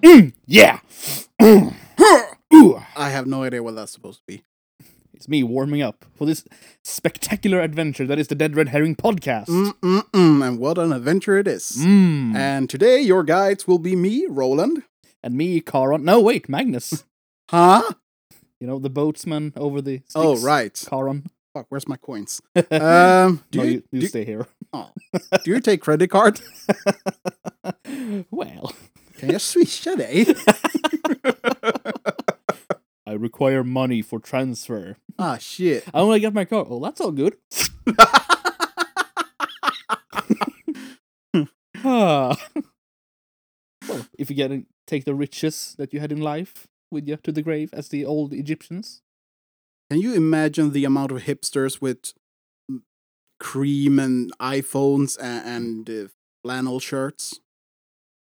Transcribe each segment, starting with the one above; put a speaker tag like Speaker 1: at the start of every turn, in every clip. Speaker 1: Yeah. Ooh.
Speaker 2: I have no idea what that's supposed to be.
Speaker 1: It's me warming up for this spectacular adventure that is the Dead Red Herring
Speaker 2: Mm.
Speaker 1: podcast.
Speaker 2: Mm-mm-mm, and what an adventure it is.
Speaker 1: Mm.
Speaker 2: And today, your guides will be me, Roland.
Speaker 1: And me, Caron. No, wait, Magnus.
Speaker 2: Huh?
Speaker 1: you know, the boatsman over the. Sticks.
Speaker 2: Oh, right.
Speaker 1: Caron.
Speaker 2: Fuck, where's my coins? Um, do,
Speaker 1: no,
Speaker 2: you,
Speaker 1: you, you
Speaker 2: do,
Speaker 1: stay here.
Speaker 2: do you take credit card?
Speaker 1: well,
Speaker 2: Can you switch today?
Speaker 1: I require money for transfer.
Speaker 2: ah, shit.
Speaker 1: I want to get my car. Well, that's all good. Ah. well, if you get in, take the riches that you had in life with you to the grave, as the old Egyptians.
Speaker 2: Can you imagine the amount of hipsters with mm, cream and iPhones and, and uh, flannel shirts?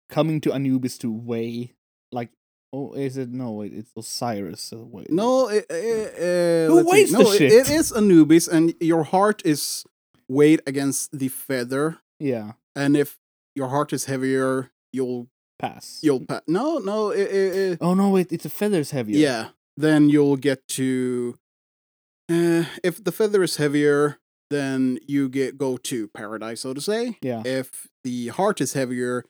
Speaker 1: coming to Anubis to weigh like oh is it no wait it's Osiris that weigh-
Speaker 2: No, it, it, uh,
Speaker 1: Who
Speaker 2: let's see.
Speaker 1: weighs the
Speaker 2: No, it- it
Speaker 1: shit?
Speaker 2: is Anubis, and your heart is weighed against the feather.
Speaker 1: yeah
Speaker 2: And if your heart is heavier, you'll
Speaker 1: pass
Speaker 2: you'll pa- no no it, it, it-
Speaker 1: oh no wait it's the feathers heavier
Speaker 2: yeah. Then you'll get to uh, if the feather is heavier, then you get go to paradise, so to say.
Speaker 1: yeah
Speaker 2: If the heart is heavier,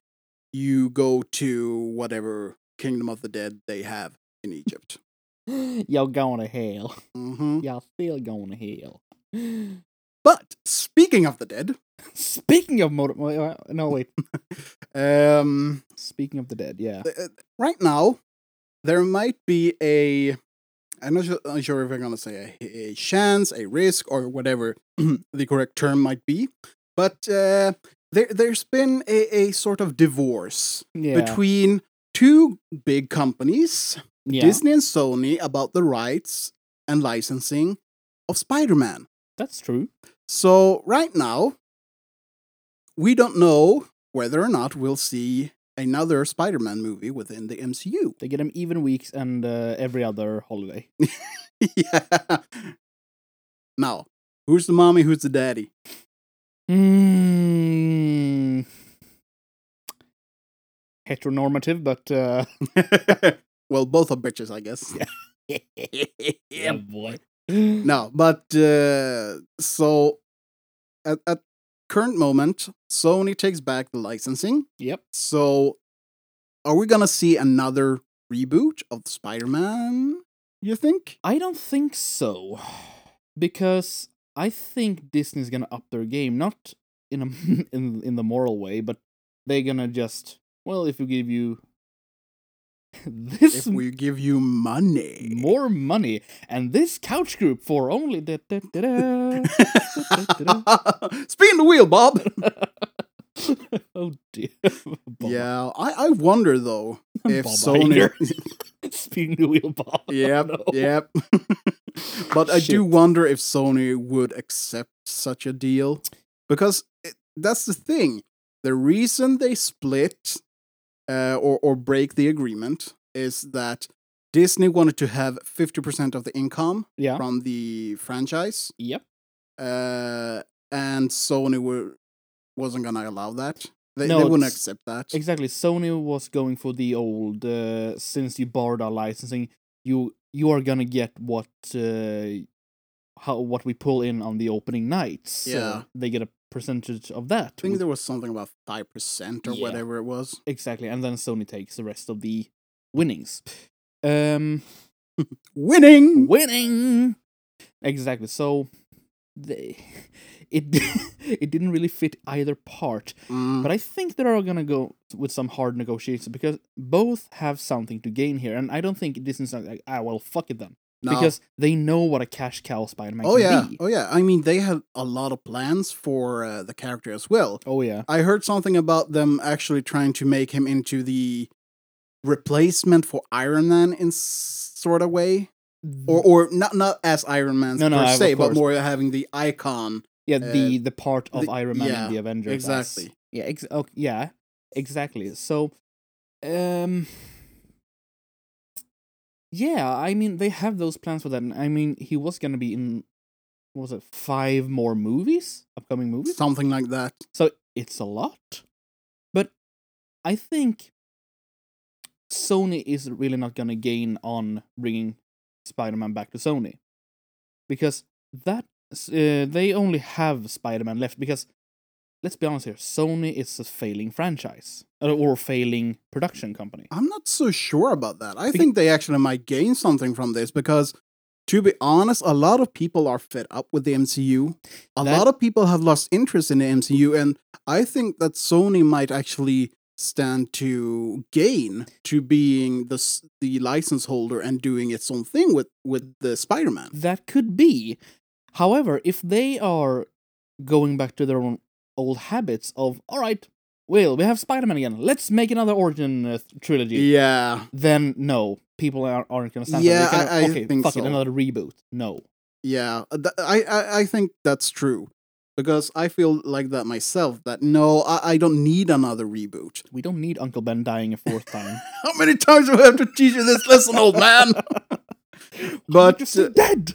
Speaker 2: you go to whatever kingdom of the dead they have in Egypt.
Speaker 1: y'all going to hell
Speaker 2: hmm
Speaker 1: y'all still going to hell
Speaker 2: But speaking of the dead,
Speaker 1: speaking of motor wait, wait, no wait
Speaker 2: um,
Speaker 1: speaking of the dead yeah
Speaker 2: Uh, right now, there might be a. I'm not sure, not sure if I'm gonna say a, a chance, a risk, or whatever the correct term might be, but uh, there there's been a, a sort of divorce
Speaker 1: yeah
Speaker 2: between two big companies,
Speaker 1: yeah
Speaker 2: Disney and Sony, about the rights and licensing of Spider-Man.
Speaker 1: that's true
Speaker 2: So right now, we don't know whether or not we'll see another Spider-Man movie within the MCU.
Speaker 1: they get them even weeks and uh, every other holiday
Speaker 2: yeah. Now, who's the mommy? Who's the daddy?
Speaker 1: mm. heteronormative but uh
Speaker 2: well, both are bitches, I guess.
Speaker 1: yeah boy no
Speaker 2: No, but uh, so at at current moment, Sony takes back the licensing.
Speaker 1: Yep.
Speaker 2: So, are we gonna see another reboot of Spider-Man? You think?
Speaker 1: I don't think so. Because I think Disney's going to up their game not in a in in the moral way, but they're going to just well, if we give you
Speaker 2: If
Speaker 1: this
Speaker 2: we give you money,
Speaker 1: more money and this couch group for only da, da, da, da, da,
Speaker 2: Spin the wheel, Bob.
Speaker 1: da. Oh dear. Bob.
Speaker 2: Yeah, I, I wonder though if
Speaker 1: Bob
Speaker 2: Sony.
Speaker 1: Iger. Spinning the wheel Bob. Oh,
Speaker 2: Yep,
Speaker 1: no.
Speaker 2: yep. but I do
Speaker 1: Shit.
Speaker 2: wonder if Sony would accept such a deal because it, that's the thing. The reason they split uh, or or break the agreement is that Disney wanted to have fifty percent of the income
Speaker 1: Yeah.
Speaker 2: from the franchise,
Speaker 1: Yep.
Speaker 2: uh, and Sony were wasn't gonna allow that. They,
Speaker 1: No,
Speaker 2: they wouldn't
Speaker 1: it's-
Speaker 2: accept that.
Speaker 1: Exactly. Sony was going for the old uh, since you borrowed our licensing, you you are gonna get what uh, how what we pull in on the opening nights. So
Speaker 2: Yeah.
Speaker 1: they get a percentage of that.
Speaker 2: I think
Speaker 1: with-
Speaker 2: there was something about five percent or
Speaker 1: Yeah.
Speaker 2: whatever it was.
Speaker 1: exactly, and then Sony takes the rest of the winnings. Um,
Speaker 2: Winning.
Speaker 1: winning. Exactly. So they it it didn't really fit either part.
Speaker 2: Mm.
Speaker 1: But I think they are gonna go with some hard negotiations because both have something to gain here, and I don't think Disney's not like ah well fuck it then
Speaker 2: No.
Speaker 1: because they know what a cash cow Spider Man
Speaker 2: oh
Speaker 1: can
Speaker 2: yeah,
Speaker 1: be.
Speaker 2: oh yeah. I mean, they had a lot of plans for uh, the character as well.
Speaker 1: Oh yeah,
Speaker 2: I heard something about them actually trying to make him into the replacement for Iron Man in s- sort of way, or or not not as Iron Man
Speaker 1: Mm. No, no,
Speaker 2: per
Speaker 1: of
Speaker 2: se, but
Speaker 1: course.
Speaker 2: more having the icon.
Speaker 1: yeah
Speaker 2: uh,
Speaker 1: the the part of
Speaker 2: the-
Speaker 1: Iron Man
Speaker 2: yeah,
Speaker 1: and the Avengers as-
Speaker 2: exactly.
Speaker 1: yeah ex- oh, yeah exactly so um yeah I mean they have those plans for that and I mean he was gonna be in what was it five more movies upcoming movies
Speaker 2: Something like that.
Speaker 1: So it's a lot. But I think Sony is really not gonna gain on bringing Spider-Man back to Sony, because that uh, they only have Spider-Man left. Because let's be honest here, Sony is a failing franchise uh, or failing production company.
Speaker 2: I'm not so sure about that. I
Speaker 1: Be-
Speaker 2: think they actually might gain something from this because, to be honest, a lot of people are fed up with the MCU. A
Speaker 1: That-
Speaker 2: lot of people have lost interest in the MCU, and I think that Sony might actually stand to gain to being the s- the license holder and doing its own thing with with the Spider-Man.
Speaker 1: That could be. However, if they are going back to their own old habits of all right, well, we have Spider-Man again. Let's make another origin uh, trilogy.
Speaker 2: Yeah,
Speaker 1: Then no, people aren't, aren't gonna stand.
Speaker 2: Yeah,
Speaker 1: for it. They
Speaker 2: I- I
Speaker 1: okay,
Speaker 2: think
Speaker 1: fuck
Speaker 2: so.
Speaker 1: it, another reboot. No.
Speaker 2: yeah. Uh, th- I, I I think that's true because I feel like that myself. That no, I, I don't need another reboot.
Speaker 1: We don't need Uncle Ben dying a fourth time.
Speaker 2: How many times do I have to teach you this lesson, old man?
Speaker 1: But
Speaker 2: but uh,
Speaker 1: just so dead.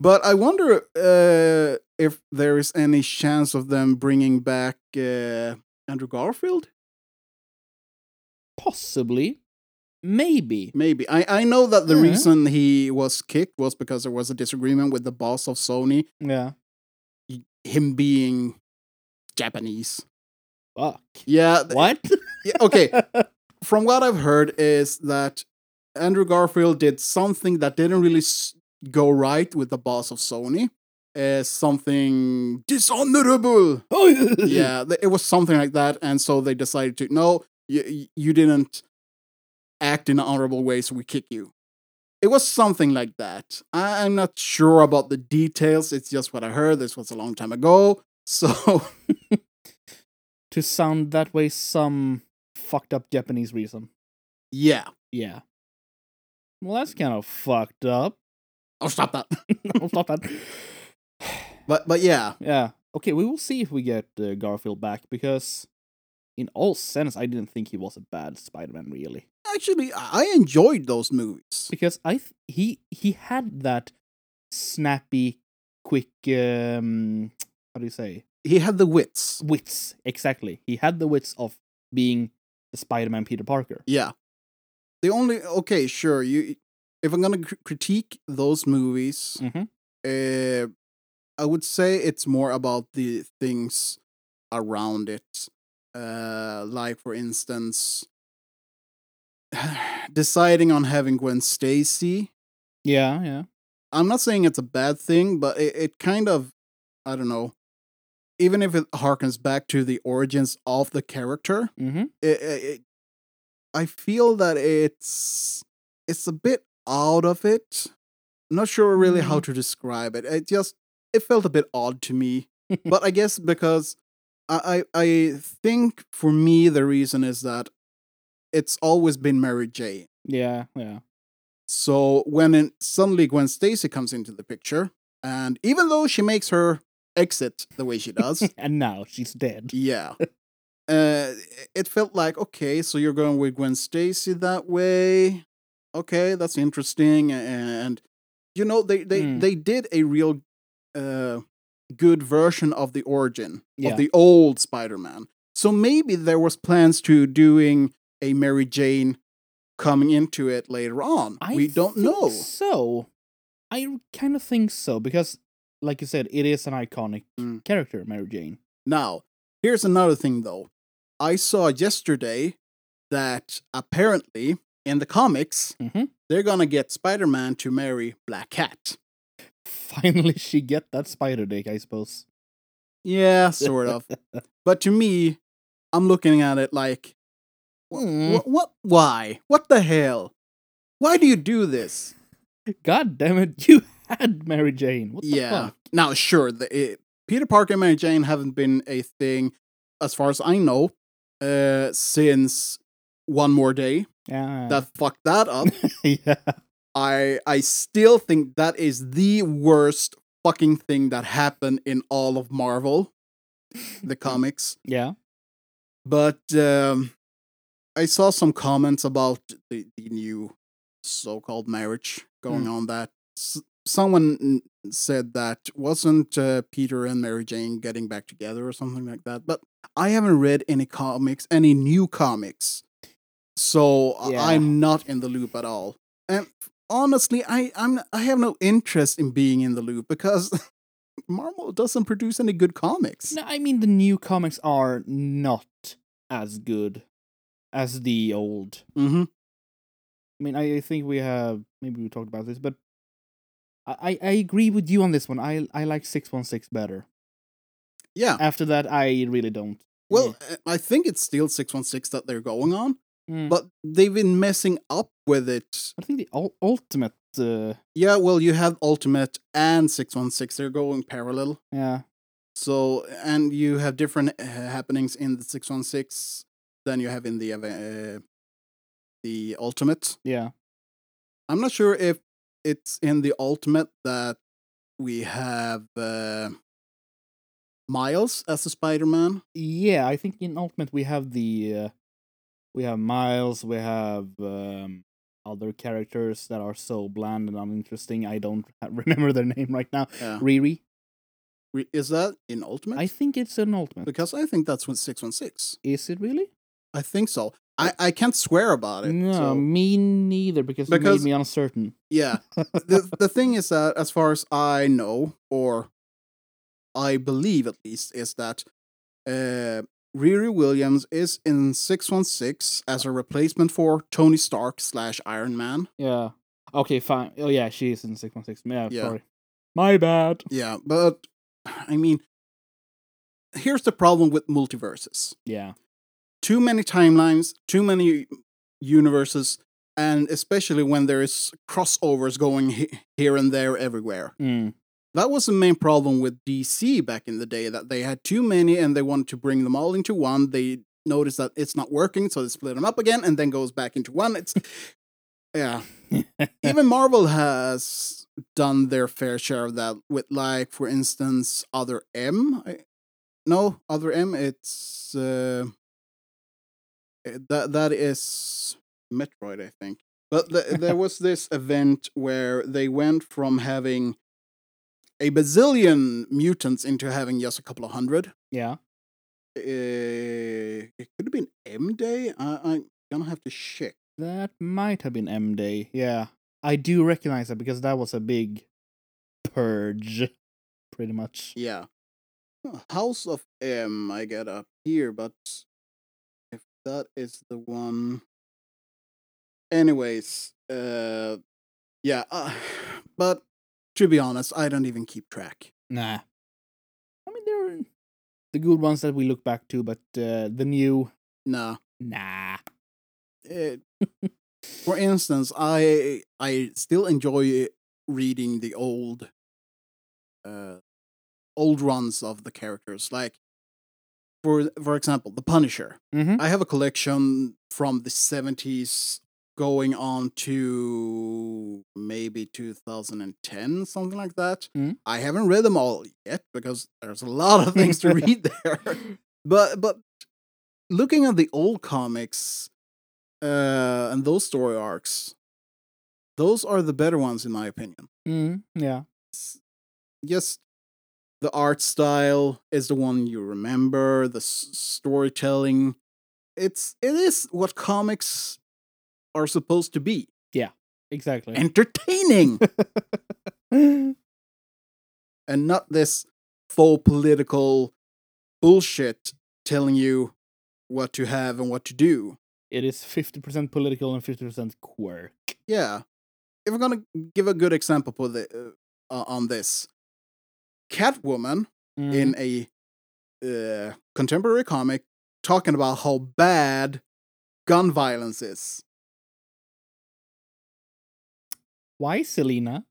Speaker 2: but I wonder uh, if there is any chance of them bringing back uh, Andrew Garfield.
Speaker 1: Possibly, maybe.
Speaker 2: Maybe I I know that the
Speaker 1: Yeah.
Speaker 2: reason he was kicked was because there was a disagreement with the boss of Sony,
Speaker 1: Yeah.
Speaker 2: him being Japanese.
Speaker 1: Fuck.
Speaker 2: Yeah. th-
Speaker 1: What?
Speaker 2: yeah okay. From what I've heard is that Andrew Garfield did something that didn't really s- go right with the boss of Sony. Uh, something dishonorable.
Speaker 1: oh
Speaker 2: yeah, th- it was something like that, and so they decided to no, you you didn't act in an honorable way, so we kick you. It was something like that. I- I'm not sure about the details. It's just what I heard. This was a long time ago, so
Speaker 1: To sound that way, some fucked up Japanese reason.
Speaker 2: yeah.
Speaker 1: Yeah. Well, that's kind of fucked up.
Speaker 2: I'll stop that.
Speaker 1: No, Not that.
Speaker 2: But but yeah,
Speaker 1: Yeah. Okay, we will see if we get uh, Garfield back because, in all sense, I didn't think he was a bad Spider-Man really.
Speaker 2: actually i I enjoyed those movies
Speaker 1: Because I th- he he had that snappy, quick um how do you say
Speaker 2: he had the wits
Speaker 1: wits exactly. He had the wits of being the Spider-Man Peter Parker.
Speaker 2: yeah the only okay sure you if i'm gonna cr- critique those movies
Speaker 1: Mm-hmm.
Speaker 2: uh, i would say it's more about the things around it uh like for instance deciding on having gwen stacy
Speaker 1: Yeah, yeah.
Speaker 2: I'm not saying it's a bad thing, but it, it kind of, I don't know, even if it harkens back to the origins of the character,
Speaker 1: Mm-hmm.
Speaker 2: it, it, it- I feel that it's it's a bit out of it. Not sure really how
Speaker 1: Mhm.
Speaker 2: to describe it. It just it felt a bit odd to me, but I guess because I, I I think for me the reason is that it's always been Mary Jane.
Speaker 1: Yeah, yeah.
Speaker 2: So when in, suddenly Gwen Stacy comes into the picture, and even though she makes her exit the way she does,
Speaker 1: and now she's dead.
Speaker 2: yeah, uh, it felt like okay, so you're going with Gwen Stacy that way. Okay, that's interesting, and you know they they
Speaker 1: Mm.
Speaker 2: they did a real uh, good version of the origin
Speaker 1: Yeah.
Speaker 2: of the old Spider-Man. So maybe there was plans to doing a Mary Jane coming into it later on. we don't
Speaker 1: think
Speaker 2: know.
Speaker 1: So, I kind of think so because, like you said, it is an iconic
Speaker 2: Mm.
Speaker 1: character, Mary Jane.
Speaker 2: Now, here's another thing though. I saw yesterday that apparently in the comics,
Speaker 1: Mhm.
Speaker 2: they're gonna get Spider Man to marry Black Cat.
Speaker 1: Finally, she get that spider dick, I suppose.
Speaker 2: Yeah, sort of. but to me, I'm looking at it like, wh-
Speaker 1: Hmm.
Speaker 2: wh- what? Why? What the hell? Why do you do this?
Speaker 1: God damn it, you had Mary Jane. What the
Speaker 2: yeah.
Speaker 1: fuck?
Speaker 2: Now, sure, the, it, Peter Parker and Mary Jane haven't been a thing, as far as I know, uh, since One More Day.
Speaker 1: Yeah.
Speaker 2: That fucked that up.
Speaker 1: yeah.
Speaker 2: I I still think that is the worst fucking thing that happened in all of Marvel, the comics.
Speaker 1: Yeah.
Speaker 2: But um, I saw some comments about the, the new so-called marriage going
Speaker 1: Hmm.
Speaker 2: on. That s- someone mm, said that wasn't uh, Peter and Mary Jane getting back together or something like that. But I haven't read any comics, any new comics. so I-
Speaker 1: Yeah.
Speaker 2: I'm not in the loop at all. And honestly, I I'm I have no interest in being in the loop because Marvel doesn't produce any good comics.
Speaker 1: No, I mean the new comics are not as good as the old.
Speaker 2: Mm-hmm.
Speaker 1: I mean, I I think we have maybe we talked about this, but I I I agree with you on this one. I I like six one six better.
Speaker 2: Yeah.
Speaker 1: After that, I really don't.
Speaker 2: Well, uh, I think it's still six one six that they're going on,
Speaker 1: Mm.
Speaker 2: but they've been messing up with it.
Speaker 1: I think the ul- ultimate. Uh,
Speaker 2: Yeah. Well, you have Ultimate and six one six. They're going parallel.
Speaker 1: yeah,
Speaker 2: So, and you have different uh, happenings in the 616 than you have in the eva- uh, the ultimate.
Speaker 1: yeah.
Speaker 2: I'm not sure if it's in the ultimate that we have uh, Miles as the Spider-Man.
Speaker 1: Yeah, I think in Ultimate we have the uh, we have Miles, we have um, other characters that are so bland and uninteresting. I don't ha- remember their name right now.
Speaker 2: Yeah.
Speaker 1: Riri.
Speaker 2: Re- Uh, Is that in ultimate?
Speaker 1: I think it's an Ultimate.
Speaker 2: because I think that's with 616.
Speaker 1: Is it really?
Speaker 2: I think so. I, I can't swear about it.
Speaker 1: No,
Speaker 2: so-
Speaker 1: me neither. Because, it
Speaker 2: Because-
Speaker 1: made me uncertain.
Speaker 2: Yeah. the the thing is that as far as I know, or I believe at least, is that uh, Riri Williams is in six one six as a replacement for Tony Stark slash Iron Man.
Speaker 1: yeah. Okay, fine. Oh yeah, she is in six one six. Yeah,
Speaker 2: Yeah.
Speaker 1: sorry. My bad.
Speaker 2: Yeah, but I mean, here's the problem with multiverses:
Speaker 1: Yeah.
Speaker 2: too many timelines, too many universes, and especially when there is crossovers going he- here and there, everywhere.
Speaker 1: Mm.
Speaker 2: That was the main problem with DC back in the day that they had too many and they wanted to bring them all into one. They noticed that it's not working, so they split them up again and then goes back into one. It's yeah. Even Marvel has done their fair share of that with like for instance Other M. I, no, Other M it's uh, eh, that that is Metroid I think. But th- there was this event where they went from having a bazillion mutants into having just a couple of hundred.
Speaker 1: Yeah.
Speaker 2: Uh, it could have been M Day. I, I'm gonna have to check.
Speaker 1: That might have been M Day. Yeah. I do recognize that because that was a big purge, pretty much.
Speaker 2: Yeah, Huh, House of M. I get up here, but if that is the one. Anyways, uh, yeah, uh, but to be honest, I don't even keep track.
Speaker 1: Nah. I mean, there are the good ones that we look back to, but uh, the new.
Speaker 2: Nah,
Speaker 1: Nah.
Speaker 2: it, for instance, I I still enjoy reading the old uh old runs of the characters. Like for for example, The Punisher.
Speaker 1: Mm-hmm.
Speaker 2: I have a collection from the 70s going on to maybe 2010, something like that.
Speaker 1: Mhm.
Speaker 2: I haven't read them all yet because there's a lot of things to read there but but looking at the old comics uh and those story arcs those are the better ones in my opinion
Speaker 1: Mm, yeah.
Speaker 2: S- yes the art style is the one you remember the s- storytelling it's it is what comics are supposed to be
Speaker 1: Exactly.
Speaker 2: entertaining and not this full political bullshit telling you what to have and what to do
Speaker 1: it is 50% political and 50% quirk.
Speaker 2: Yeah. If we're gonna give a good example for the uh, uh, on this, Catwoman
Speaker 1: Mm.
Speaker 2: in a
Speaker 1: Mm-hmm.
Speaker 2: uh, contemporary comic talking about how bad gun violence is,
Speaker 1: Why, Selena?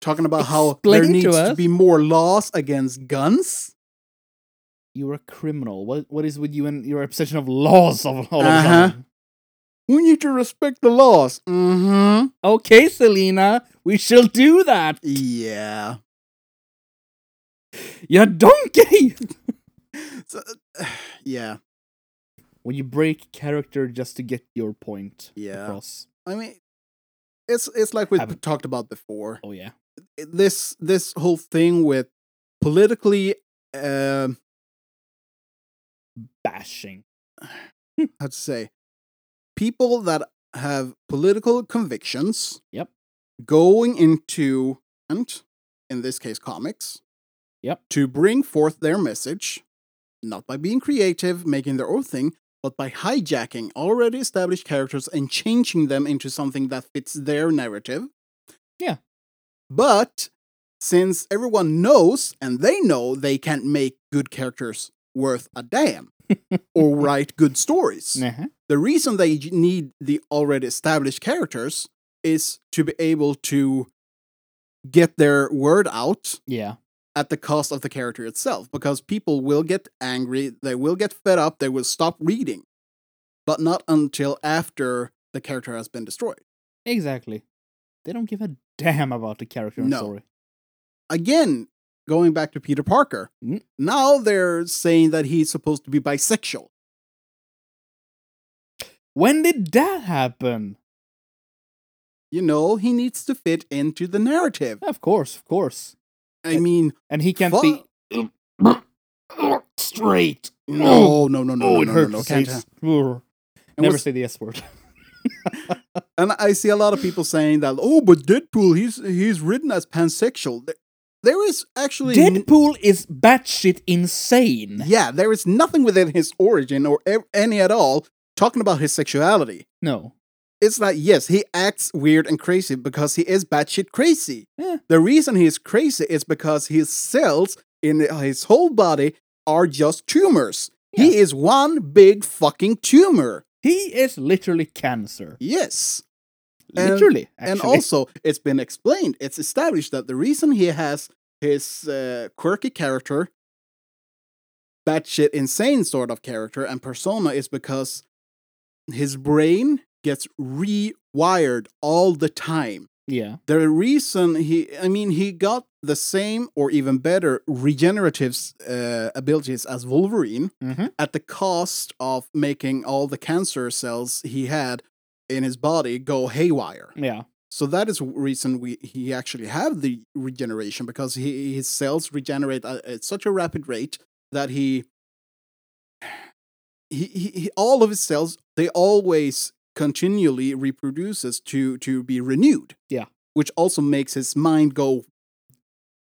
Speaker 2: talking about how there
Speaker 1: Explain to
Speaker 2: needs to,
Speaker 1: us.
Speaker 2: be more laws against guns.
Speaker 1: You're a criminal. What What is with you and your obsession of laws of all of a
Speaker 2: Uh-huh.
Speaker 1: sudden?
Speaker 2: We need to respect the laws. Mm-hmm.
Speaker 1: Okay, Selena, we shall do that.
Speaker 2: Yeah.
Speaker 1: You donkey!
Speaker 2: So, yeah.
Speaker 1: when you break character just to get your point
Speaker 2: Yeah.
Speaker 1: across.
Speaker 2: I mean, it's it's like we
Speaker 1: Have-
Speaker 2: have talked about before.
Speaker 1: Oh yeah.
Speaker 2: this this whole thing with politically um
Speaker 1: Bashing.
Speaker 2: how to say people that have political convictions
Speaker 1: Yep.
Speaker 2: going into and in this case comics
Speaker 1: Yep.
Speaker 2: to bring forth their message not by being creative making their own thing but by hijacking already established characters and changing them into something that fits their narrative
Speaker 1: Yeah.
Speaker 2: but since everyone knows and they know they can't make good characters worth a damn or write good stories
Speaker 1: Uh-huh.
Speaker 2: the reason they j- need the already established characters is to be able to get their word out
Speaker 1: Yeah.
Speaker 2: at the cost of the character itself because people will get angry they will get fed up they will stop reading but not until after the character has been destroyed
Speaker 1: Exactly. They don't give a damn about the character and
Speaker 2: No.
Speaker 1: story.
Speaker 2: again going back to peter parker
Speaker 1: Mm.
Speaker 2: now they're saying that he's supposed to be bisexual
Speaker 1: When did that happen?
Speaker 2: you know he needs to fit into the narrative
Speaker 1: Of course, of course.
Speaker 2: i mean
Speaker 1: And he can't
Speaker 2: Fu-
Speaker 1: be straight.
Speaker 2: no no no no
Speaker 1: oh,
Speaker 2: no
Speaker 1: it
Speaker 2: no, no,
Speaker 1: hurts.
Speaker 2: no
Speaker 1: to say
Speaker 2: can't
Speaker 1: s-
Speaker 2: ha-
Speaker 1: Urgh.
Speaker 2: And
Speaker 1: Never
Speaker 2: what's-
Speaker 1: say the S word.
Speaker 2: And I see a lot of people saying that, oh, but Deadpool, he's he's written as pansexual. There- There is actually n-
Speaker 1: Deadpool is batshit insane.
Speaker 2: yeah, there is nothing within his origin or ev- any at all talking about his sexuality.
Speaker 1: No.
Speaker 2: It's like yes, he acts weird and crazy because he is batshit crazy.
Speaker 1: Yeah.
Speaker 2: The reason he is crazy is because his cells in uh, his whole body are just tumors. He is one big fucking tumor.
Speaker 1: He is literally cancer.
Speaker 2: Yes. And-
Speaker 1: Literally, actually.
Speaker 2: And also, it's been explained, it's established that the reason he has his uh, quirky character, batshit insane sort of character, and persona is because his brain gets rewired all the time.
Speaker 1: yeah.
Speaker 2: The reason he, I mean, he got the same or even better regenerative uh, abilities as Wolverine
Speaker 1: hmm
Speaker 2: at the cost of making all the cancer cells he had in his body go haywire.
Speaker 1: Yeah.
Speaker 2: So that is w- reason we he actually have the regeneration because he his cells regenerate at, at such a rapid rate that he, he he he- all of his cells they always continually reproduces to to be renewed.
Speaker 1: Yeah.
Speaker 2: which also makes his mind go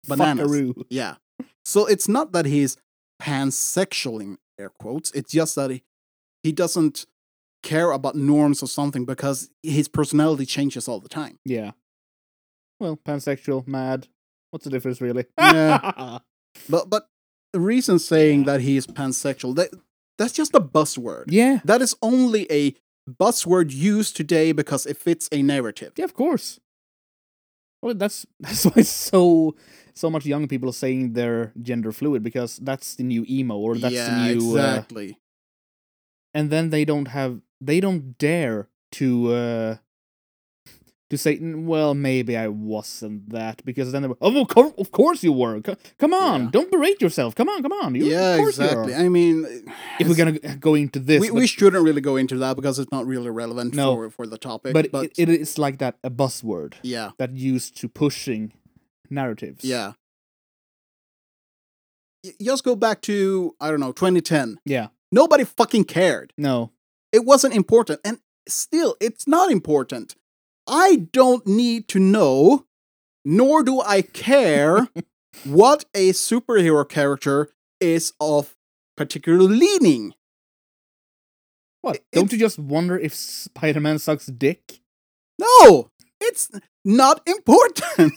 Speaker 2: Bananas.
Speaker 1: Fuckaroo.
Speaker 2: yeah. So it's not that he's pansexual in air quotes. It's just that he, he doesn't care about norms or something because his personality changes all the time.
Speaker 1: Yeah. Well, pansexual, mad. What's the difference, really?
Speaker 2: Yeah. But but the reason saying
Speaker 1: Yeah.
Speaker 2: that he is pansexual that that's just a buzzword.
Speaker 1: yeah.
Speaker 2: That is only a buzzword used today because it fits a narrative.
Speaker 1: Yeah, of course. Well, that's that's why so so much young people are saying they're gender fluid because that's the new emo or that's the new uh,
Speaker 2: exactly.
Speaker 1: and then they don't have they don't dare to uh to say "N- well maybe i wasn't that because then they were oh of, cour- of course you were Co- come on
Speaker 2: Yeah.
Speaker 1: don't berate yourself come on come on you,
Speaker 2: yeah,
Speaker 1: of course you are."
Speaker 2: exactly. I mean,
Speaker 1: if we're gonna g- go into this
Speaker 2: we,
Speaker 1: but,
Speaker 2: we shouldn't really go into that because it's not really relevant
Speaker 1: No.
Speaker 2: for, for the topic.
Speaker 1: but
Speaker 2: But,
Speaker 1: it- it is like that a buzzword
Speaker 2: yeah,
Speaker 1: that used to pushing narratives
Speaker 2: yeah. Y- Just go back to I don't know 2010.
Speaker 1: yeah
Speaker 2: Nobody fucking cared.
Speaker 1: no
Speaker 2: It wasn't important. And still, it's not important. I don't need to know, nor do I care what a superhero character is of particular leaning.
Speaker 1: what
Speaker 2: It-
Speaker 1: don't
Speaker 2: it's-
Speaker 1: you just wonder if spider-man sucks dick
Speaker 2: No, it's not important.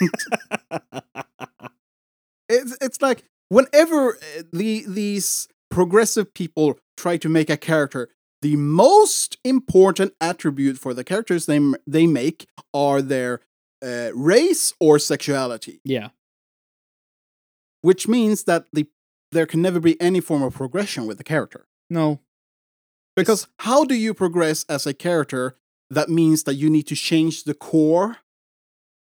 Speaker 2: it's, it's like whenever uh, the, these progressive people try to make a character, the most important attribute for the characters they, m- they make are their uh, race or sexuality.
Speaker 1: yeah
Speaker 2: which means that the there can never be any form of progression with the character.
Speaker 1: no
Speaker 2: Because how do you progress as a character? That means that you need to change the core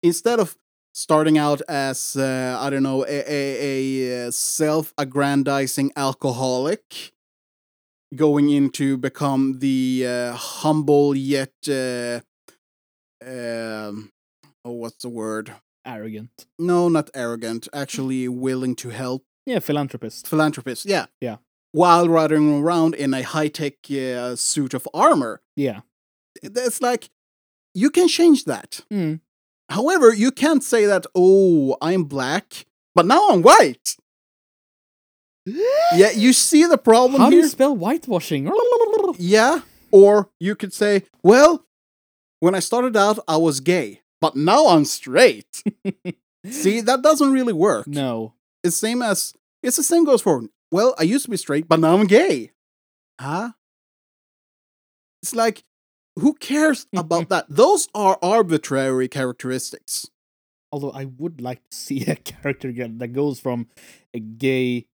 Speaker 2: instead of starting out as uh, I don't know a, a, a uh, self-aggrandizing alcoholic, going into become the uh, humble yet uh, um, oh what's the word?
Speaker 1: arrogant
Speaker 2: No, not arrogant. Actually, willing to help
Speaker 1: yeah philanthropist
Speaker 2: philanthropist. Yeah,
Speaker 1: Yeah.
Speaker 2: While riding around in a high tech uh, suit of armor,
Speaker 1: yeah
Speaker 2: It's like you can change that.
Speaker 1: Mm.
Speaker 2: However, you can't say that, oh, I'm black, but now I'm white. Yeah, you see the problem
Speaker 1: How do
Speaker 2: here?
Speaker 1: you spell whitewashing?
Speaker 2: Yeah. Or you could say, well, when I started out, I was gay, but now I'm straight. See, that doesn't really work.
Speaker 1: No.
Speaker 2: It's same as it's the same goes for well, I used to be straight, but now I'm gay. Huh? It's like, who cares about that? Those are arbitrary characteristics.
Speaker 1: Although I would like to see a character get- that goes from a gay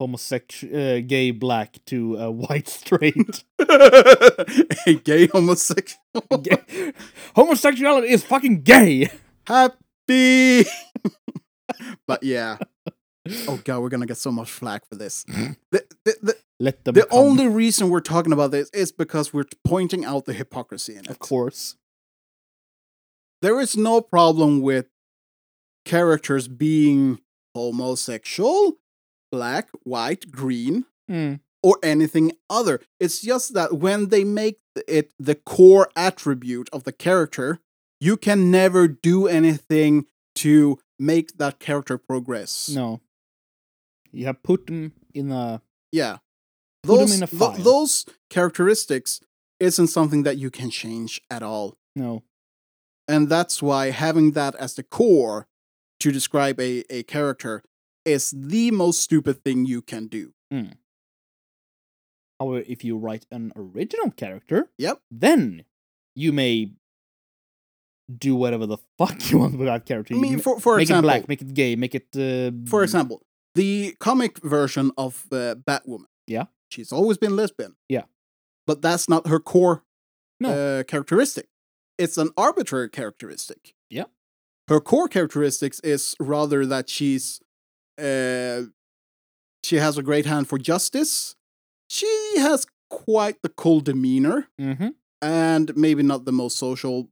Speaker 1: homosexual, uh, gay black to a white straight.
Speaker 2: A gay homosexual.
Speaker 1: Gay- Homosexuality is fucking gay.
Speaker 2: Happy. but yeah. Oh god, we're gonna get so much flack for this. The, the, the,
Speaker 1: Mm-hmm. Let them.
Speaker 2: the
Speaker 1: come.
Speaker 2: only reason we're talking about this is because we're pointing out the hypocrisy in it.
Speaker 1: of course.
Speaker 2: there is no problem with characters being homosexual, black, white, green,
Speaker 1: Mm.
Speaker 2: or anything other. It's just that when they make it the core attribute of the character, you can never do anything to make that character progress.
Speaker 1: No. You have put them in a.
Speaker 2: Yeah.
Speaker 1: Put 'em
Speaker 2: Those,
Speaker 1: in a
Speaker 2: tho-
Speaker 1: file.
Speaker 2: those characteristics isn't something that you can change at all.
Speaker 1: No.
Speaker 2: and that's why having that as the core to describe a, a character is the most stupid thing you can do.
Speaker 1: However, if you write an original character,
Speaker 2: Yep.
Speaker 1: then you may do whatever the fuck you want with that character.
Speaker 2: I
Speaker 1: You
Speaker 2: mean,
Speaker 1: can
Speaker 2: for, for
Speaker 1: make
Speaker 2: example,
Speaker 1: it black, make it gay, make it. Uh,
Speaker 2: for example, the comic version of uh, Batwoman.
Speaker 1: Yeah.
Speaker 2: she's always been lesbian.
Speaker 1: Yeah.
Speaker 2: but that's not her core
Speaker 1: No.
Speaker 2: uh, characteristic. It's an arbitrary characteristic.
Speaker 1: Yeah.
Speaker 2: her core characteristics is rather that she's, uh, she has a great hand for justice. She has quite the cold demeanor
Speaker 1: Mm-hmm.
Speaker 2: and maybe not the most sociable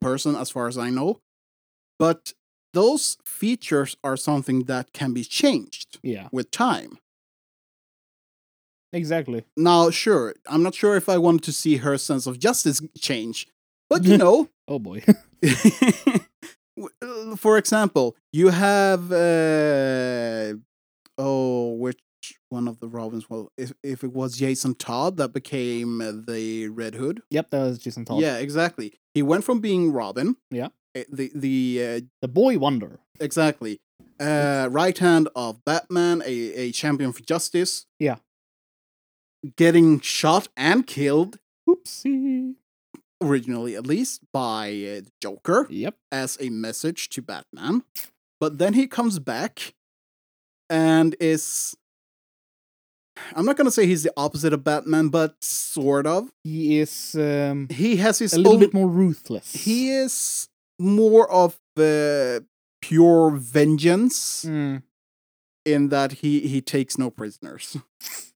Speaker 2: person as far as I know. But those features are something that can be changed
Speaker 1: Yeah,
Speaker 2: with time.
Speaker 1: exactly.
Speaker 2: Now, sure, I'm not sure if I want to see her sense of justice change, but you know,
Speaker 1: Oh boy.
Speaker 2: w- uh, for example, you have uh, oh, which one of the Robins? Well, if if it was Jason Todd that became uh, the Red Hood,
Speaker 1: yep, that was Jason Todd.
Speaker 2: Yeah, exactly. He went from being Robin.
Speaker 1: Yeah.
Speaker 2: eh, The the uh,
Speaker 1: The boy wonder.
Speaker 2: exactly uh, right hand of Batman, a a champion for justice.
Speaker 1: Yeah.
Speaker 2: Getting shot and killed
Speaker 1: Oopsie.
Speaker 2: originally, at least by uh, Joker
Speaker 1: Yep.
Speaker 2: as a message to Batman, but then he comes back and is. I'm not gonna say he's the opposite of Batman, but sort of.
Speaker 1: He is um,
Speaker 2: He has his
Speaker 1: Mm. a little
Speaker 2: own
Speaker 1: bit more ruthless.
Speaker 2: he is more of uh, pure vengeance
Speaker 1: Mm,
Speaker 2: in that he he takes no prisoners.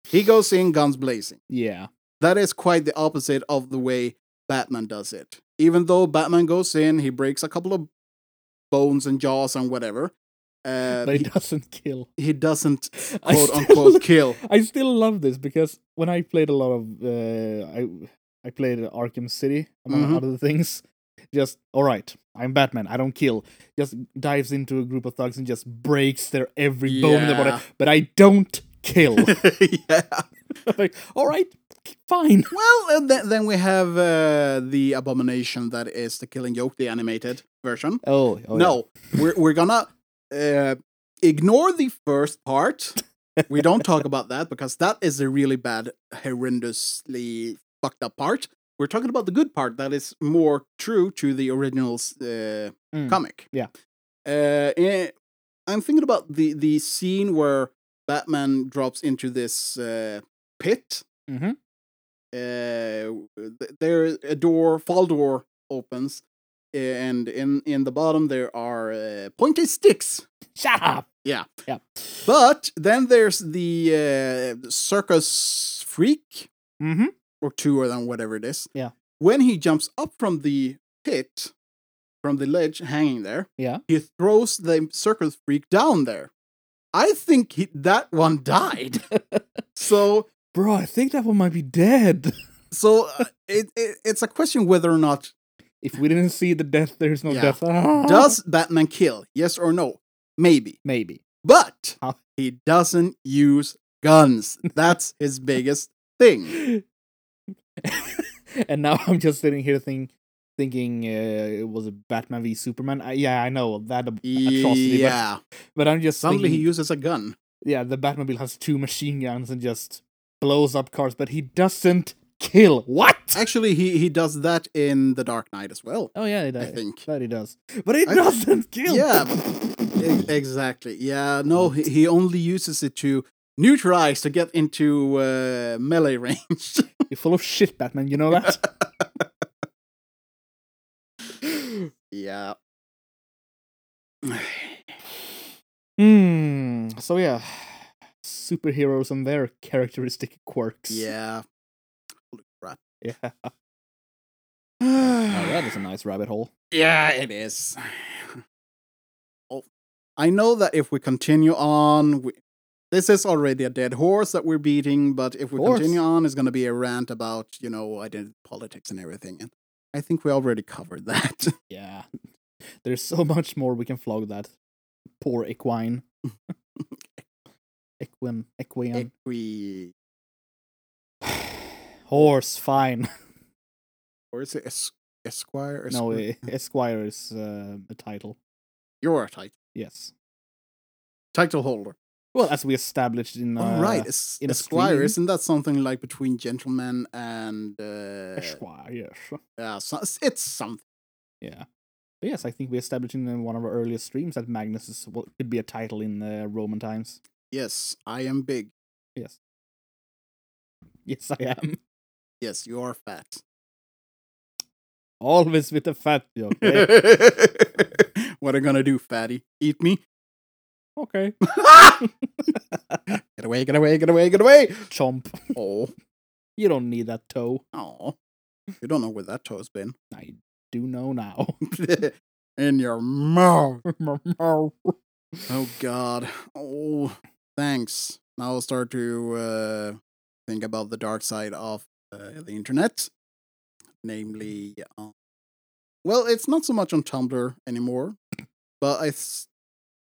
Speaker 2: He goes in guns blazing.
Speaker 1: yeah.
Speaker 2: That is quite the opposite of the way Batman does it. Even though Batman goes in, he breaks a couple of bones and jaws and whatever. Uh,
Speaker 1: But he
Speaker 2: he,
Speaker 1: doesn't kill.
Speaker 2: he doesn't
Speaker 1: I
Speaker 2: quote
Speaker 1: still-
Speaker 2: unquote kill.
Speaker 1: I still love this because when I played a lot of uh, I I played Arkham City among
Speaker 2: Mhm.
Speaker 1: other things. Just all right, I'm Batman. I don't kill. Just dives into a group of thugs and just breaks their every bone in their
Speaker 2: Yeah.
Speaker 1: body. But I don't kill.
Speaker 2: yeah.
Speaker 1: like all right, fine.
Speaker 2: Well, and then, then we have uh, the abomination that is the Killing Joke, the animated version.
Speaker 1: Oh, oh, yeah.
Speaker 2: no, we're we're gonna uh, ignore the first part. We don't talk about that because that is a really bad, horrendously fucked up part. We're talking about the good part that is more true to the original uh,
Speaker 1: Mm.
Speaker 2: comic.
Speaker 1: Yeah.
Speaker 2: Uh, eh, I'm thinking about the the scene where Batman drops into this uh, pit.
Speaker 1: Mhm.
Speaker 2: Uh, th- there a door, fall door opens, and in in the bottom there are uh, pointed sticks.
Speaker 1: Shut up.
Speaker 2: Yeah.
Speaker 1: Yeah.
Speaker 2: But then there's the uh, circus freak
Speaker 1: Mm-hmm.
Speaker 2: or two or then whatever it is.
Speaker 1: Yeah.
Speaker 2: When he jumps up from the pit, from the ledge hanging there,
Speaker 1: Yeah.
Speaker 2: he throws the circus freak down there. I think he, that one died. so
Speaker 1: Bro, I think that one might be dead.
Speaker 2: So uh, it, it it's a question whether or not
Speaker 1: If we didn't see the death, there's no
Speaker 2: Yeah.
Speaker 1: death. Ah.
Speaker 2: does Batman kill? Yes or no? Maybe.
Speaker 1: maybe?
Speaker 2: But
Speaker 1: Huh.
Speaker 2: he doesn't use guns. That's his biggest thing.
Speaker 1: and now I'm just sitting here thinking, thinking uh, it was a Batman v Superman. I, yeah, I know that ab- atrocity. but-
Speaker 2: Yeah.
Speaker 1: But, I'm just
Speaker 2: Suddenly he
Speaker 1: thinking,
Speaker 2: uses a gun.
Speaker 1: yeah, the Batmobile has two machine guns and just blows up cars, but he doesn't kill. What?
Speaker 2: Actually, he he does that in The Dark Knight as well.
Speaker 1: oh yeah, it
Speaker 2: I
Speaker 1: does.
Speaker 2: think.
Speaker 1: That he does, but it
Speaker 2: I-
Speaker 1: doesn't kill.
Speaker 2: Yeah. E- Exactly. Yeah. No, he, he only uses it to neutralize to get into uh, melee range.
Speaker 1: You're full of shit, Batman. You know that.
Speaker 2: yeah.
Speaker 1: Hmm. So yeah, superheroes and their characteristic quirks.
Speaker 2: Yeah.
Speaker 1: Yeah. Now that is a nice rabbit hole.
Speaker 2: Yeah, it is. Oh, I know that if we continue on, we, this is already a dead horse that we're beating. But if we
Speaker 1: Horse.
Speaker 2: continue on, it's going to be a rant about you know identity politics and everything. And I think we already covered that.
Speaker 1: Yeah. There's so much more we can flog that poor equine. Equin, equian.
Speaker 2: we
Speaker 1: Horse, fine.
Speaker 2: or is it es- Esquire?
Speaker 1: No,
Speaker 2: Esquire?
Speaker 1: e- Esquire is uh, a title.
Speaker 2: you're a title
Speaker 1: Yes.
Speaker 2: title holder.
Speaker 1: Well, as we established in. Uh,
Speaker 2: All Oh, right, es-
Speaker 1: in a
Speaker 2: Esquire.
Speaker 1: stream?
Speaker 2: Isn't that something like between gentlemen and uh,
Speaker 1: Esquire, yes.
Speaker 2: yeah, so, it's something.
Speaker 1: Yeah. But yes, I think we established in uh, one of our earlier streams that Magnus is what could be a title in uh, Roman times.
Speaker 2: Yes, I am big.
Speaker 1: Yes. Yes, I am.
Speaker 2: Yes, you are fat.
Speaker 1: Always with the fat joke. eh?
Speaker 2: what are you gonna do, fatty? Eat me?
Speaker 1: okay.
Speaker 2: Get away, get away, get away, get away!
Speaker 1: Chomp.
Speaker 2: Oh,
Speaker 1: You don't need that toe.
Speaker 2: oh. You don't know where that toe's been.
Speaker 1: I do know now.
Speaker 2: In your mouth.
Speaker 1: yeah,
Speaker 2: Oh, God. Oh, thanks. Now I'll start to uh, think about the dark side of uh, the internet. Namely, uh, well, it's not so much on Tumblr anymore, but I, s-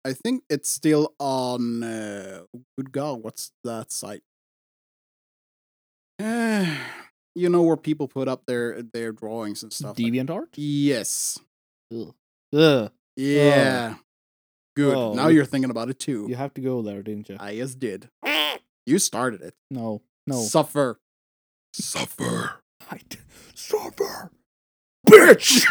Speaker 2: I think it's still on. Uh, good God, what's that site? Eh, you know where people put up their their drawings and stuff. like-
Speaker 1: Deviant Oh. art?
Speaker 2: yes.
Speaker 1: Ugh. Ugh.
Speaker 2: Yeah. Good.
Speaker 1: Oh.
Speaker 2: Now you're thinking about it too.
Speaker 1: You have to go there, didn't you?
Speaker 2: I just did. You started it.
Speaker 1: No. No.
Speaker 2: Suffer. Suffer.
Speaker 1: I d- suffer. Bitch!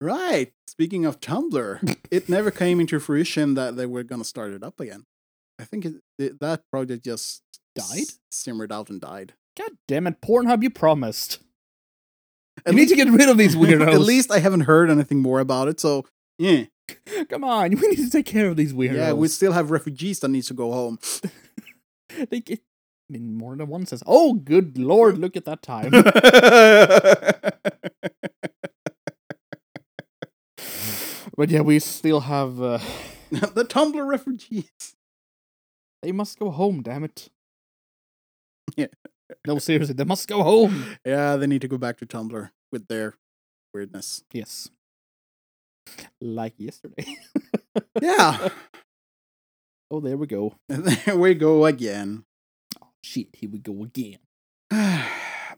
Speaker 2: Right. Speaking of Tumblr, it never came into fruition that they were gonna start it up again. I think it, it- that project just
Speaker 1: Died?
Speaker 2: s- simmered out and died.
Speaker 1: God damn it, Pornhub, you promised.
Speaker 2: At
Speaker 1: you need to get rid of these weirdos.
Speaker 2: At least I haven't heard anything more about it. So yeah,
Speaker 1: Come on, we need to take care of these weirdos.
Speaker 2: yeah, we still have refugees that needs to go home.
Speaker 1: They get. I mean, more than one says, oh, good lord, look at that time. but yeah, we still have. Uh,
Speaker 2: the Tumblr refugees.
Speaker 1: they must go home, damn it.
Speaker 2: Yeah.
Speaker 1: No, seriously, they must go home.
Speaker 2: Yeah, they need to go back to Tumblr with their weirdness.
Speaker 1: Yes. Like yesterday.
Speaker 2: Yeah.
Speaker 1: oh, there we go.
Speaker 2: And there we go again.
Speaker 1: Oh, shit, here we go again.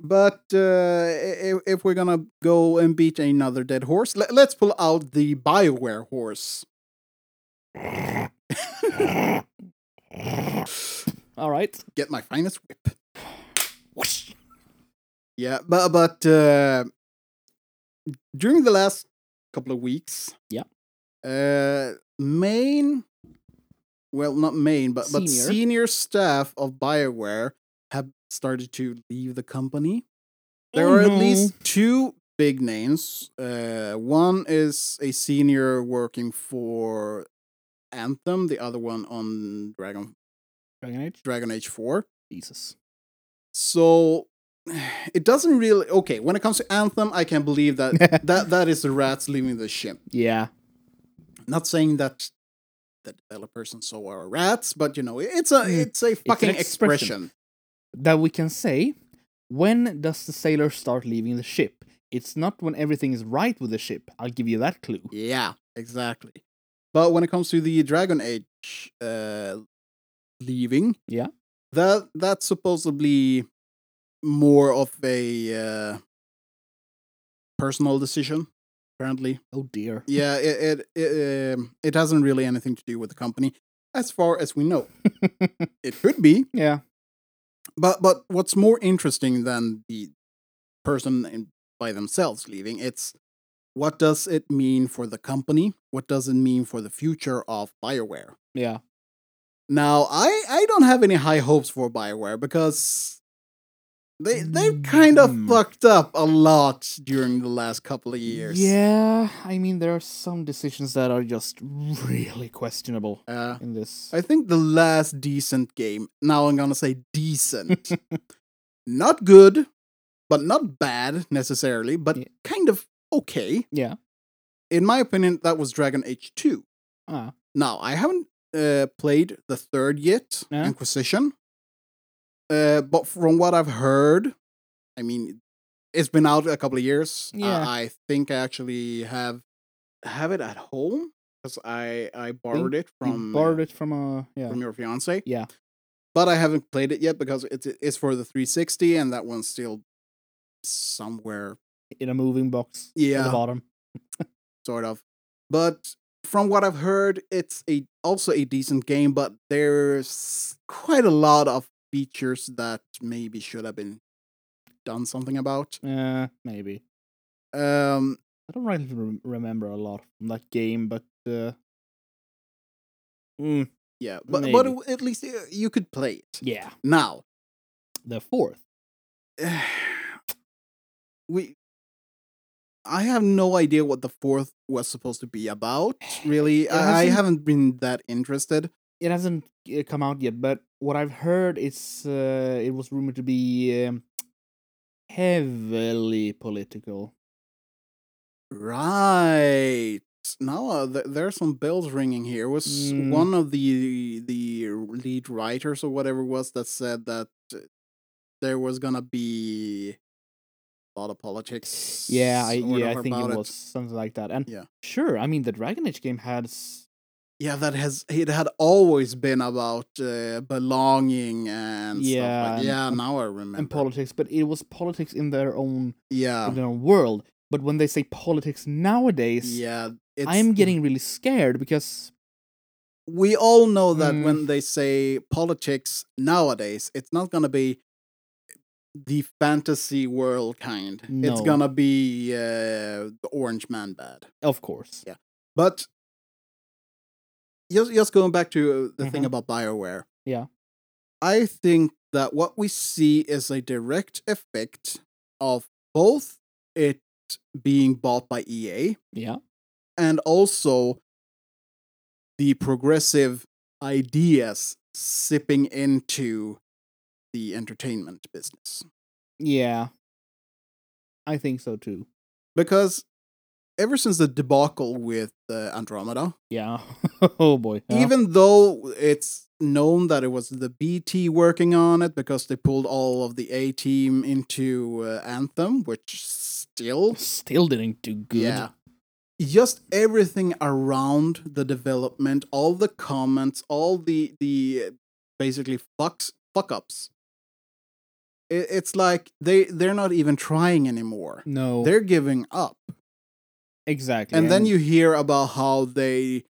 Speaker 2: But uh, if, if we're gonna go and beat another dead horse, let, let's pull out the Bioware horse.
Speaker 1: All right.
Speaker 2: Get my finest whip.
Speaker 1: Whoosh.
Speaker 2: Yeah, but but uh, during the last couple of weeks,
Speaker 1: Yeah.
Speaker 2: uh, main, well, not main, but but
Speaker 1: Senior.
Speaker 2: senior staff of Bioware have started to leave the company. There
Speaker 1: Oh,
Speaker 2: are at
Speaker 1: no.
Speaker 2: least two big names. Uh, one is a senior working for Anthem, the other one on Dragon
Speaker 1: Oh, Dragon Age?
Speaker 2: Dragon Age 4.
Speaker 1: Jesus.
Speaker 2: So it doesn't really okay, when it comes to Anthem, I can believe that that that is the rats leaving the ship.
Speaker 1: Yeah.
Speaker 2: Not saying that the developers and so are rats, but you know, it's a
Speaker 1: Mm.
Speaker 2: it's a fucking
Speaker 1: expression.
Speaker 2: expression.
Speaker 1: that we can say when does the sailor start leaving the ship? It's not when everything is right with the ship. I'll give you that clue.
Speaker 2: Yeah, exactly. But when it comes to the Dragon Age uh leaving,
Speaker 1: Yeah.
Speaker 2: That that's supposedly more of a uh personal decision, apparently.
Speaker 1: Oh dear.
Speaker 2: Yeah, it it it, um, it hasn't really anything to do with the company, as far as we know. it could be,
Speaker 1: Yeah.
Speaker 2: but but what's more interesting than the person in, by themselves leaving? It's what does it mean for the company? What does it mean for the future of Bioware?
Speaker 1: Yeah.
Speaker 2: Now, I I don't have any high hopes for Bioware because they they've kind of
Speaker 1: Mm.
Speaker 2: fucked up a lot during the last couple of years.
Speaker 1: Yeah. I mean, there are some decisions that are just really questionable
Speaker 2: Uh,
Speaker 1: in this.
Speaker 2: I think the last decent game. Now I'm gonna say decent. not good, but not bad necessarily, but
Speaker 1: Yeah.
Speaker 2: kind of okay.
Speaker 1: Yeah.
Speaker 2: In my opinion, that was Dragon Age 2.
Speaker 1: Ah.
Speaker 2: Now I haven't uh, played the third yet,
Speaker 1: No?
Speaker 2: Inquisition. Uh, but from what I've heard, I mean, it's been out a couple of years. I-
Speaker 1: Yeah.
Speaker 2: I think I actually have have it at home because I I borrowed it
Speaker 1: You
Speaker 2: from uh,
Speaker 1: borrowed it from a yeah.
Speaker 2: from your fiance.
Speaker 1: Yeah.
Speaker 2: But I haven't played it yet because it's it's for the 360 and that one's still somewhere
Speaker 1: in a moving box at the
Speaker 2: Yeah.
Speaker 1: bottom.
Speaker 2: sort of. But from what I've heard, it's a also a decent game, but there's quite a lot of features that maybe should have been done something about.
Speaker 1: Uh, maybe.
Speaker 2: Um
Speaker 1: I don't really rem- remember a lot from that game, but uh, mm,
Speaker 2: yeah, but but
Speaker 1: Maybe.
Speaker 2: at least uh, you could play it.
Speaker 1: yeah,
Speaker 2: Now,
Speaker 1: the fourth.
Speaker 2: we I have no idea what the fourth was supposed to be about. Really,
Speaker 1: It
Speaker 2: I, I
Speaker 1: hasn't-
Speaker 2: haven't been that interested.
Speaker 1: It hasn't uh, come out yet, but what I've heard is uh, it was rumored to be um, heavily political.
Speaker 2: Right now, uh, th- there are some bells ringing here. Was
Speaker 1: Mm.
Speaker 2: one of the the lead writers or whatever it was that said that uh, there was gonna be a lot of politics.
Speaker 1: Yeah, I,
Speaker 2: or
Speaker 1: yeah, I
Speaker 2: whatever
Speaker 1: think
Speaker 2: about
Speaker 1: it was something like that. And
Speaker 2: Yeah.
Speaker 1: sure, I mean the Dragon Age game had s-
Speaker 2: Yeah, that has it had always been about uh, belonging and
Speaker 1: Yeah,
Speaker 2: stuff.
Speaker 1: and-
Speaker 2: Like, yeah,
Speaker 1: and-
Speaker 2: now I remember. Oh.
Speaker 1: and politics, but it was politics in their own in
Speaker 2: yeah,
Speaker 1: their own world. But when they say politics nowadays,
Speaker 2: yeah. It's, uh
Speaker 1: I'm getting really scared because
Speaker 2: we all know that
Speaker 1: Mm.
Speaker 2: when they say politics nowadays, it's not going to be the fantasy world kind. It's
Speaker 1: No.
Speaker 2: going to be uh, the Orange Man bad.
Speaker 1: of course.
Speaker 2: But just, just going back to the thing
Speaker 1: Mhm.
Speaker 2: about BioWare.
Speaker 1: Yeah.
Speaker 2: I think that what we see is a direct effect of both it being bought by EA
Speaker 1: Yeah.
Speaker 2: and also the progressive ideas sipping into the entertainment business.
Speaker 1: Yeah. I think so too.
Speaker 2: Because ever since the debacle with uh, Andromeda,
Speaker 1: Yeah. oh boy. Yeah.
Speaker 2: even though it's known that it was the BT working on it because they pulled all of the A team into uh, Anthem, which still
Speaker 1: still didn't do good.
Speaker 2: Yeah. just everything around the development, all the comments, all the the uh, basically fucks fuck ups. It, it's like they they're not even trying anymore.
Speaker 1: No.
Speaker 2: They're giving up.
Speaker 1: exactly.
Speaker 2: And then you hear about how they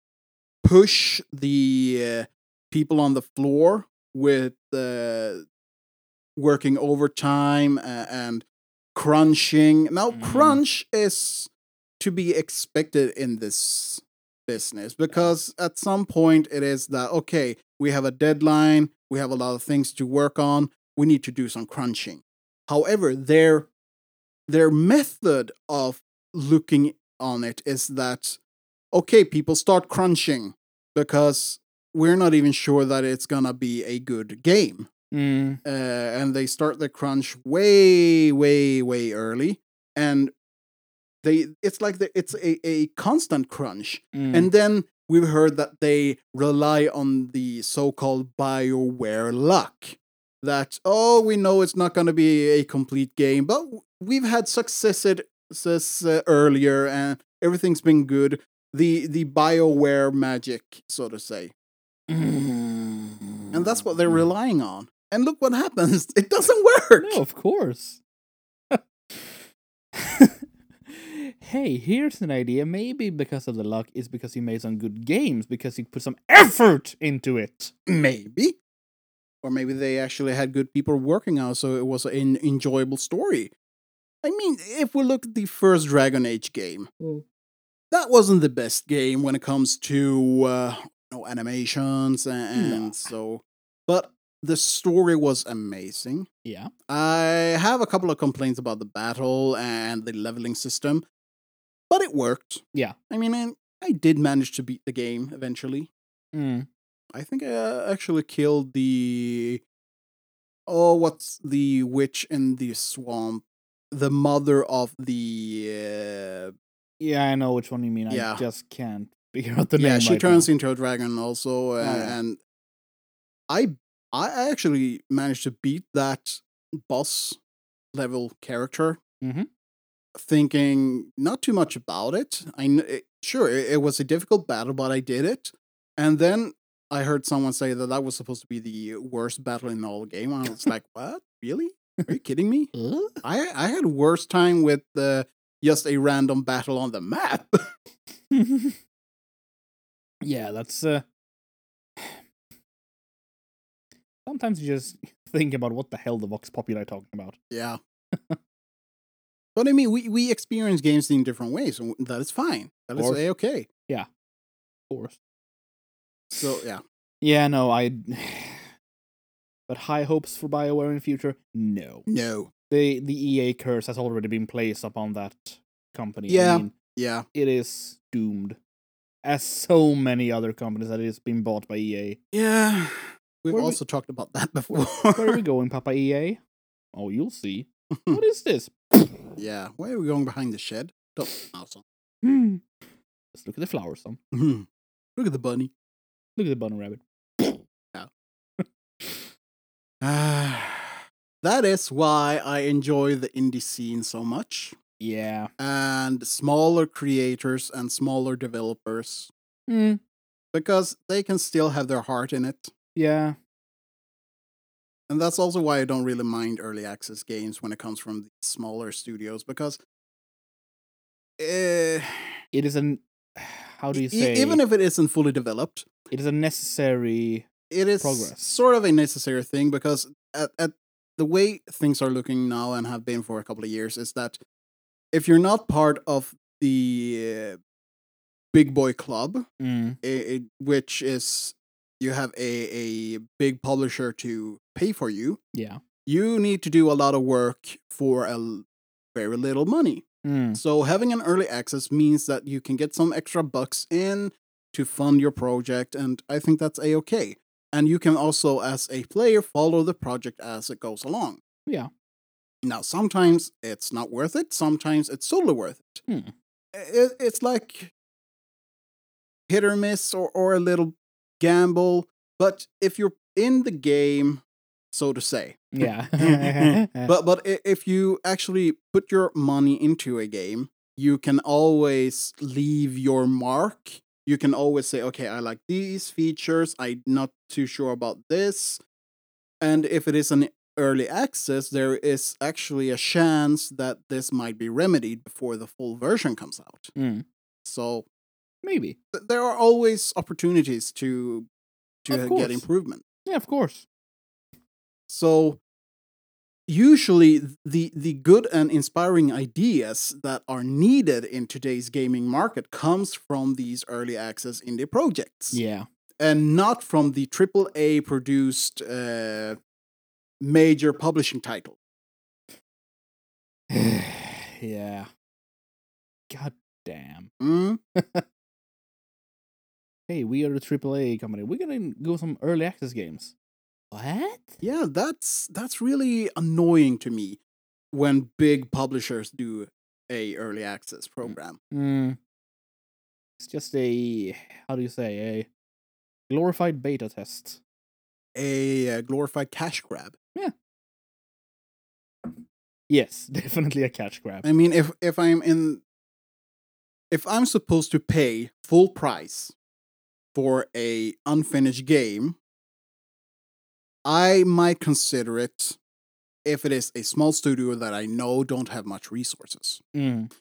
Speaker 2: push the uh, people on the floor with uh, working overtime uh, and crunching. Now,
Speaker 1: Mhm.
Speaker 2: crunch is to be expected in this business because at some point it is that, okay, we have a deadline, we have a lot of things to work on, we need to do some crunching. However, their their method of looking on it is that okay, people start crunching because we're not even sure that it's gonna be a good game,
Speaker 1: Mm,
Speaker 2: uh, and they start the crunch way, way, way early, and they it's like the, it's a, a constant crunch,
Speaker 1: mm,
Speaker 2: and then we've heard that they rely on the so-called BioWare luck. That oh, we know it's not going to be a complete game, but we've had successes uh, earlier, and everything's been good. The the BioWare magic, so to say, and
Speaker 1: and
Speaker 2: that's what they're relying on. And look what happens; it doesn't work.
Speaker 1: No, of course. hey, here's an idea. Maybe because of the luck is because you made some good games, because you put some effort into it.
Speaker 2: Maybe. Or maybe they actually had good people working on it, so it was an enjoyable story. I mean, if we look at the first Dragon Age game,
Speaker 1: Mm.
Speaker 2: that wasn't the best game when it comes to uh, no animations and,
Speaker 1: No.
Speaker 2: and so. But the story was amazing.
Speaker 1: Yeah.
Speaker 2: I have a couple of complaints about the battle and the leveling system, but it worked.
Speaker 1: Yeah.
Speaker 2: I mean, and I did manage to beat the game eventually.
Speaker 1: Mm.
Speaker 2: I think I uh, actually killed the. Oh, what's the witch in the swamp? The mother of the. Uh,
Speaker 1: Yeah, I know which one you mean. I
Speaker 2: Yeah.
Speaker 1: just can't figure out the name.
Speaker 2: yeah, she
Speaker 1: right
Speaker 2: turns
Speaker 1: now.
Speaker 2: into a dragon also, uh,
Speaker 1: yeah.
Speaker 2: and I I actually managed to beat that boss level character.
Speaker 1: Mhm.
Speaker 2: Thinking not too much about it. I kn- it, sure it, it was a difficult battle, but I did it. And then I heard someone say that that was supposed to be the worst battle in the whole game. and I was like, "What? Really? Are you kidding me?
Speaker 1: Ugh.
Speaker 2: I I had worse time with the just a random battle on the map."
Speaker 1: yeah, that's. Uh... Sometimes you just think about what the hell the Vox Populi are talking about.
Speaker 2: Yeah. but I mean, we, we experience games in different ways, and that is fine. That is
Speaker 1: Course.
Speaker 2: okay.
Speaker 1: Of course.
Speaker 2: So yeah,
Speaker 1: Yeah, no, I. but high hopes for Bioware in future? No.
Speaker 2: no,
Speaker 1: The the EA curse has already been placed upon that company. I
Speaker 2: Yeah.
Speaker 1: mean,
Speaker 2: yeah,
Speaker 1: it is doomed, as so many other companies that is been bought by EA.
Speaker 2: yeah. We've
Speaker 1: Where we-
Speaker 2: also talked about that before.
Speaker 1: Where are we going, Papa EA? Oh, you'll see. what is this?
Speaker 2: yeah, where are we going behind the shed? Don't awesome.
Speaker 1: Hmm. Let's look at the flowers, son.
Speaker 2: Mhm. Look at the bunny.
Speaker 1: Look at the bunny rabbit.
Speaker 2: Ah, that is why I enjoy the indie scene so much,
Speaker 1: Yeah.
Speaker 2: and smaller creators and smaller developers
Speaker 1: Hmm.
Speaker 2: because they can still have their heart in it.
Speaker 1: Yeah.
Speaker 2: And that's also why I don't really mind early access games when it comes from the smaller studios because uh,
Speaker 1: It is an. How do you say?
Speaker 2: e- even if it isn't fully developed,
Speaker 1: it is a necessary.
Speaker 2: it is
Speaker 1: Progress.
Speaker 2: sort of a necessary thing because at, at the way things are looking now and have been for a couple of years is that if you're not part of the uh, big boy club,
Speaker 1: Mm.
Speaker 2: i i which is you have a, a big publisher to pay for you,
Speaker 1: Yeah.
Speaker 2: you need to do a lot of work for a l- very little money.
Speaker 1: Mm.
Speaker 2: So having an early access means that you can get some extra bucks in to fund your project, and I think that's a okay. And you can also, as a player, follow the project as it goes along.
Speaker 1: Yeah.
Speaker 2: Now, sometimes it's not worth it. Sometimes it's totally worth it.
Speaker 1: Hmm.
Speaker 2: I- i- it's like hit or miss, or or a little gamble. But if you're in the game, so to say,
Speaker 1: Yeah.
Speaker 2: but but i- if you actually put your money into a game, you can always leave your mark. You can always say, "Okay, I like these features. I'm not too sure about this." And if it is an early access, there is actually a chance that this might be remedied before the full version comes out.
Speaker 1: Mm.
Speaker 2: So
Speaker 1: Maybe.
Speaker 2: th- there are always opportunities to
Speaker 1: Of
Speaker 2: to
Speaker 1: course.
Speaker 2: get improvement.
Speaker 1: Yeah, of course.
Speaker 2: So usually th- the the good and inspiring ideas that are needed in today's gaming market comes from these early access indie projects
Speaker 1: Yeah.
Speaker 2: and not from the AAA produced uh, major publishing title.
Speaker 1: yeah. God damn.
Speaker 2: Mm?
Speaker 1: Hey, we are a AAA company. We're gonna go some early access games. What?
Speaker 2: Yeah, that's that's really annoying to me when big publishers do a early access program.
Speaker 1: Mm. Hmm. It's just a how do you say a glorified beta test.
Speaker 2: A uh, glorified cash grab.
Speaker 1: Yes, definitely a cash grab.
Speaker 2: I mean, if if I'm in, if I'm supposed to pay full price for a unfinished game, I might consider it if it is a small studio that I know don't have much resources.
Speaker 1: Mm.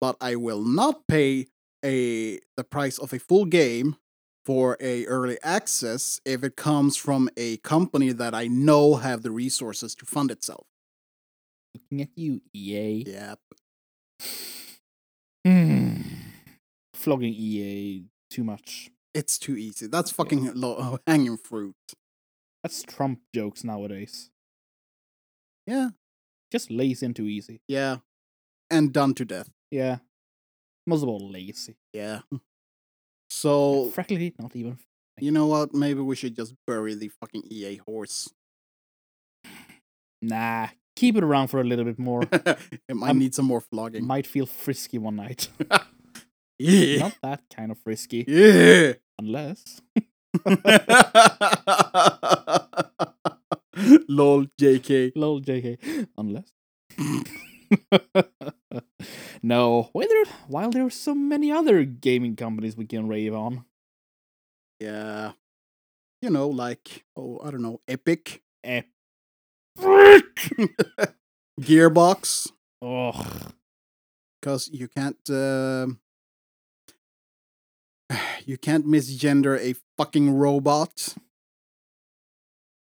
Speaker 2: But I will not pay a the price of a full game for a early access if it comes from a company that I know have the resources to fund itself.
Speaker 1: Looking at you, EA.
Speaker 2: Yeah,
Speaker 1: Hmm. Flogging EA too much.
Speaker 2: it's too easy. That's fucking low hanging fruit.
Speaker 1: That's Trump jokes nowadays.
Speaker 2: Yeah.
Speaker 1: Just lazy and too easy.
Speaker 2: Yeah. And done to death.
Speaker 1: Yeah. Most of all, lazy.
Speaker 2: Yeah.
Speaker 1: Hmm.
Speaker 2: So,
Speaker 1: Frankly, not even.
Speaker 2: you know what? Maybe we should just bury the fucking EA horse.
Speaker 1: Nah. Keep it around for a little bit more.
Speaker 2: it might
Speaker 1: Um,
Speaker 2: need some more flogging.
Speaker 1: Might feel frisky one night.
Speaker 2: yeah.
Speaker 1: not that kind of frisky.
Speaker 2: Yeah.
Speaker 1: Unless.
Speaker 2: Lol, JK.
Speaker 1: Lol, JK. Unless. no. Why there, while there are so many other gaming companies we can rave on.
Speaker 2: Yeah. You know, like, oh, I don't know, Epic,
Speaker 1: Eh.
Speaker 2: Gearbox,
Speaker 1: Ugh.
Speaker 2: because you can't, um you can't misgender a fucking robot.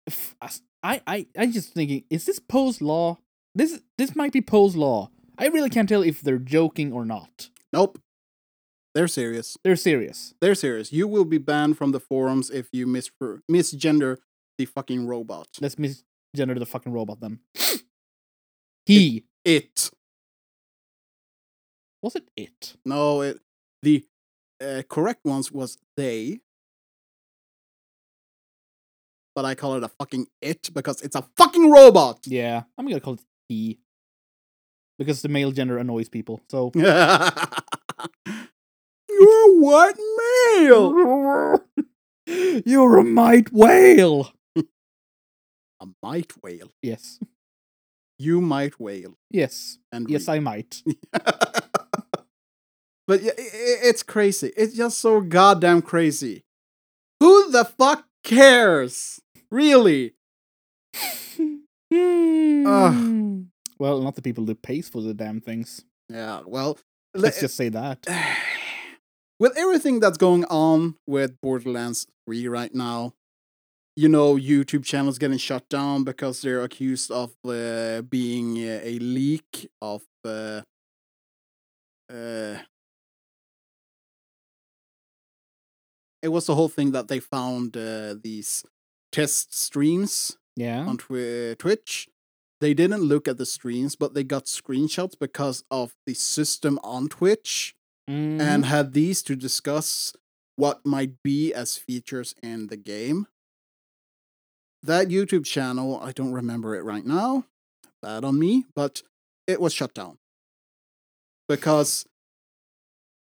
Speaker 1: F- us- I, I, I just thinking, is this Poe's law? This, this might be Poe's law. I really can't tell if they're joking or not.
Speaker 2: Nope. They're serious.
Speaker 1: They're serious.
Speaker 2: They're serious. You will be banned from the forums if you mis- misgender the fucking robot.
Speaker 1: Let's misgender the fucking robot then. he
Speaker 2: It.
Speaker 1: was it. It.
Speaker 2: No, it, the uh, correct ones was they. But I call it a fucking it because it's a fucking robot.
Speaker 1: Yeah, I'm gonna call it he. Because the male gender annoys people. So
Speaker 2: You're what male?
Speaker 1: you're a might whale.
Speaker 2: A might whale.
Speaker 1: Yes.
Speaker 2: You might whale.
Speaker 1: Yes.
Speaker 2: And
Speaker 1: Yes, I might.
Speaker 2: but yeah, i- i- it's crazy. It's just so goddamn crazy. Who the fuck cares? Really? Ah.
Speaker 1: Hmm. well, not the people that pays for the damn things.
Speaker 2: Yeah. Well, le-
Speaker 1: Let's just say that.
Speaker 2: with everything that's going on with Borderlands 3 right now, you know, YouTube channels getting shut down because they're accused of uh, being uh, a leak of uh, uh, it was the whole thing that they found uh, these test streams
Speaker 1: Yeah.
Speaker 2: on twi- Twitch. They didn't look at the streams, but they got screenshots because of the system on Twitch
Speaker 1: Mhm.
Speaker 2: and had these to discuss what might be as features in the game. That YouTube channel, I don't remember it right now, bad on me, but it was shut down. Because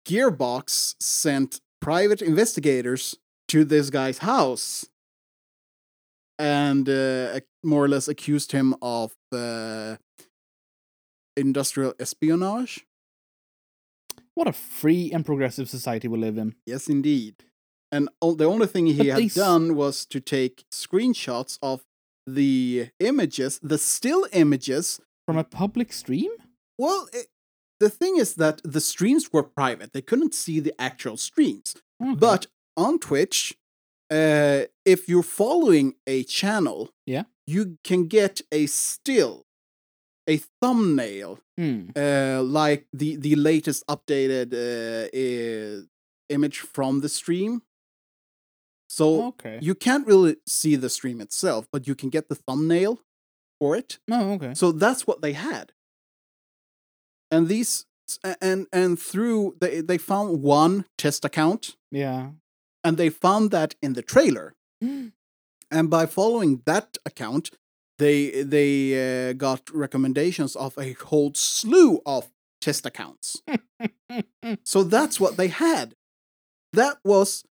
Speaker 2: Gearbox sent private investigators to this guy's house and uh, ac- more or less accused him of uh, industrial espionage.
Speaker 1: what a free and progressive society we live in.
Speaker 2: Yes, indeed. And o- the only thing
Speaker 1: But
Speaker 2: he
Speaker 1: they
Speaker 2: had
Speaker 1: s-
Speaker 2: done was to take screenshots of the images, the still images.
Speaker 1: From a public stream?
Speaker 2: Well, it, the thing is that the streams were private; they couldn't see the actual streams.
Speaker 1: Okay.
Speaker 2: But on Twitch, uh, if you're following a channel,
Speaker 1: Yeah.
Speaker 2: you can get a still, a thumbnail,
Speaker 1: Hmm.
Speaker 2: uh, like the the latest updated uh, i- image from the stream. So
Speaker 1: okay.
Speaker 2: you can't really see the stream itself, but you can get the thumbnail for it.
Speaker 1: oh, okay.
Speaker 2: So that's what they had. And these a- and and through they they found one test account
Speaker 1: Yeah.
Speaker 2: and they found that in the trailer. And by following that account, they they uh, got recommendations of a whole slew of test accounts. So that's what they had. that was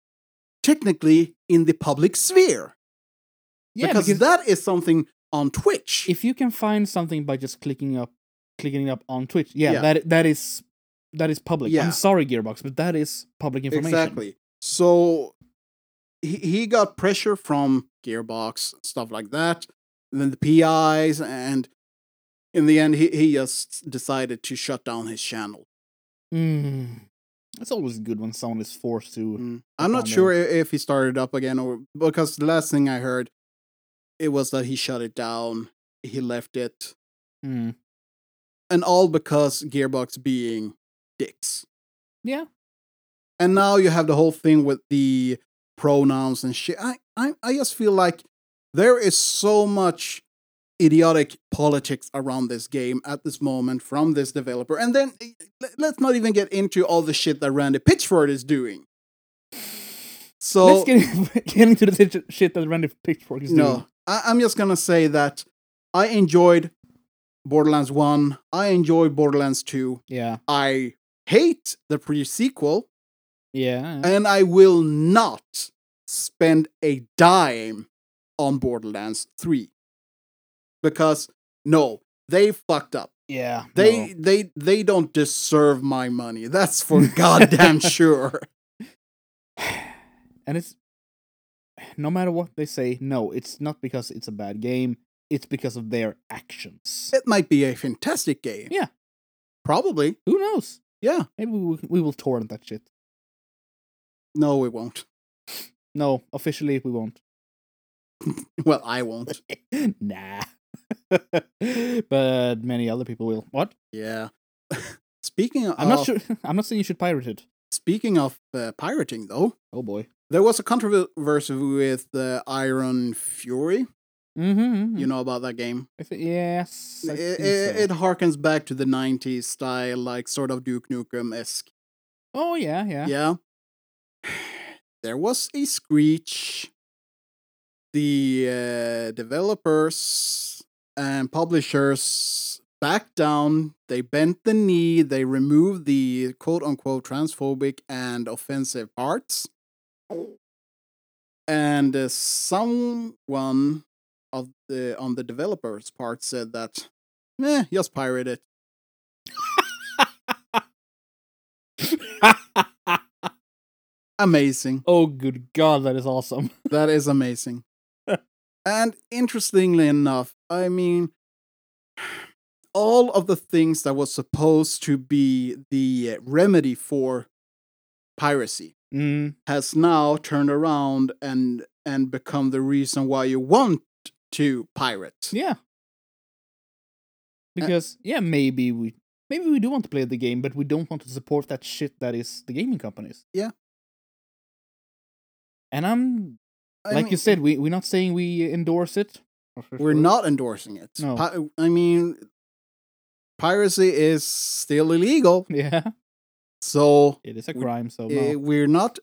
Speaker 2: technically in the public sphere.
Speaker 1: Yeah,
Speaker 2: because,
Speaker 1: because
Speaker 2: that is something on Twitch.
Speaker 1: if you can find something by just clicking up, clicking up on Twitch, yeah,
Speaker 2: Yeah.
Speaker 1: that that is that is public.
Speaker 2: Yeah.
Speaker 1: I'm sorry, Gearbox, but that is public information.
Speaker 2: Exactly. So he, he got pressure from Gearbox, stuff like that, and then the PIs, and in the end, he, he just decided to shut down his channel.
Speaker 1: Mm. It's always good when someone is forced to.
Speaker 2: Mm. I'm not
Speaker 1: Upon
Speaker 2: sure i- if he started up again or because the last thing I heard, it was that he shut it down, he left it,
Speaker 1: Mm.
Speaker 2: and all because Gearbox being dicks.
Speaker 1: Yeah,
Speaker 2: and now you have the whole thing with the pronouns and shit. I, I, I just feel like there is so much idiotic politics around this game at this moment from this developer. And then eh, let- let's not even get into all the shit that Randy Pitchford is doing. So
Speaker 1: let's get, get into the shit- shit that Randy Pitchfork is doing.
Speaker 2: no, I, I'm just gonna say that I enjoyed Borderlands One. I enjoyed Borderlands Two.
Speaker 1: Yeah,
Speaker 2: I hate the pre-sequel.
Speaker 1: yeah.
Speaker 2: and I will not spend a dime on Borderlands 3 because no, they fucked up.
Speaker 1: Yeah.
Speaker 2: They
Speaker 1: no.
Speaker 2: they they don't deserve my money. That's for goddamn sure.
Speaker 1: and it's no matter what they say, no, it's not because it's a bad game. It's because of their actions.
Speaker 2: It might be a fantastic game.
Speaker 1: Yeah.
Speaker 2: Probably.
Speaker 1: Who knows?
Speaker 2: Yeah.
Speaker 1: Maybe we, will- we will torrent that shit.
Speaker 2: No, it won't.
Speaker 1: No, officially we won't.
Speaker 2: Well, I won't.
Speaker 1: nah. but many other people will. What?
Speaker 2: Yeah. speaking of
Speaker 1: I'm not sure. I'm not saying you should pirate it.
Speaker 2: speaking of uh, pirating though,
Speaker 1: Oh boy.
Speaker 2: there was a controversy with uh, Iron Fury.
Speaker 1: Mm-hmm.
Speaker 2: You know about that game?
Speaker 1: yes. I
Speaker 2: it,
Speaker 1: think
Speaker 2: it,
Speaker 1: so.
Speaker 2: it harkens back to the 90s style, like sort of Duke Nukem esque.
Speaker 1: oh yeah, yeah.
Speaker 2: Yeah. There was a screech. The uh, developers and publishers backed down. They bent the knee. They removed the quote unquote transphobic and offensive parts. And uh, someone of the on the developers part said that, eh, just pirate it. Amazing.
Speaker 1: oh good god, that is awesome.
Speaker 2: That is amazing. and interestingly enough, I mean, all of the things that was supposed to be the remedy for piracy
Speaker 1: Mm.
Speaker 2: has now turned around and and become the reason why you want to pirate.
Speaker 1: Yeah. Because yeah, maybe we maybe we do want to play the game, but we don't want to support that shit that is the gaming companies.
Speaker 2: Yeah.
Speaker 1: And I'm
Speaker 2: I
Speaker 1: like
Speaker 2: mean,
Speaker 1: you said, we we're not saying we endorse it.
Speaker 2: we're not endorsing it.
Speaker 1: No.
Speaker 2: Pi- I mean, piracy is still illegal,
Speaker 1: Yeah.
Speaker 2: so
Speaker 1: It is a
Speaker 2: We-
Speaker 1: crime, so
Speaker 2: Uh,
Speaker 1: no.
Speaker 2: we're not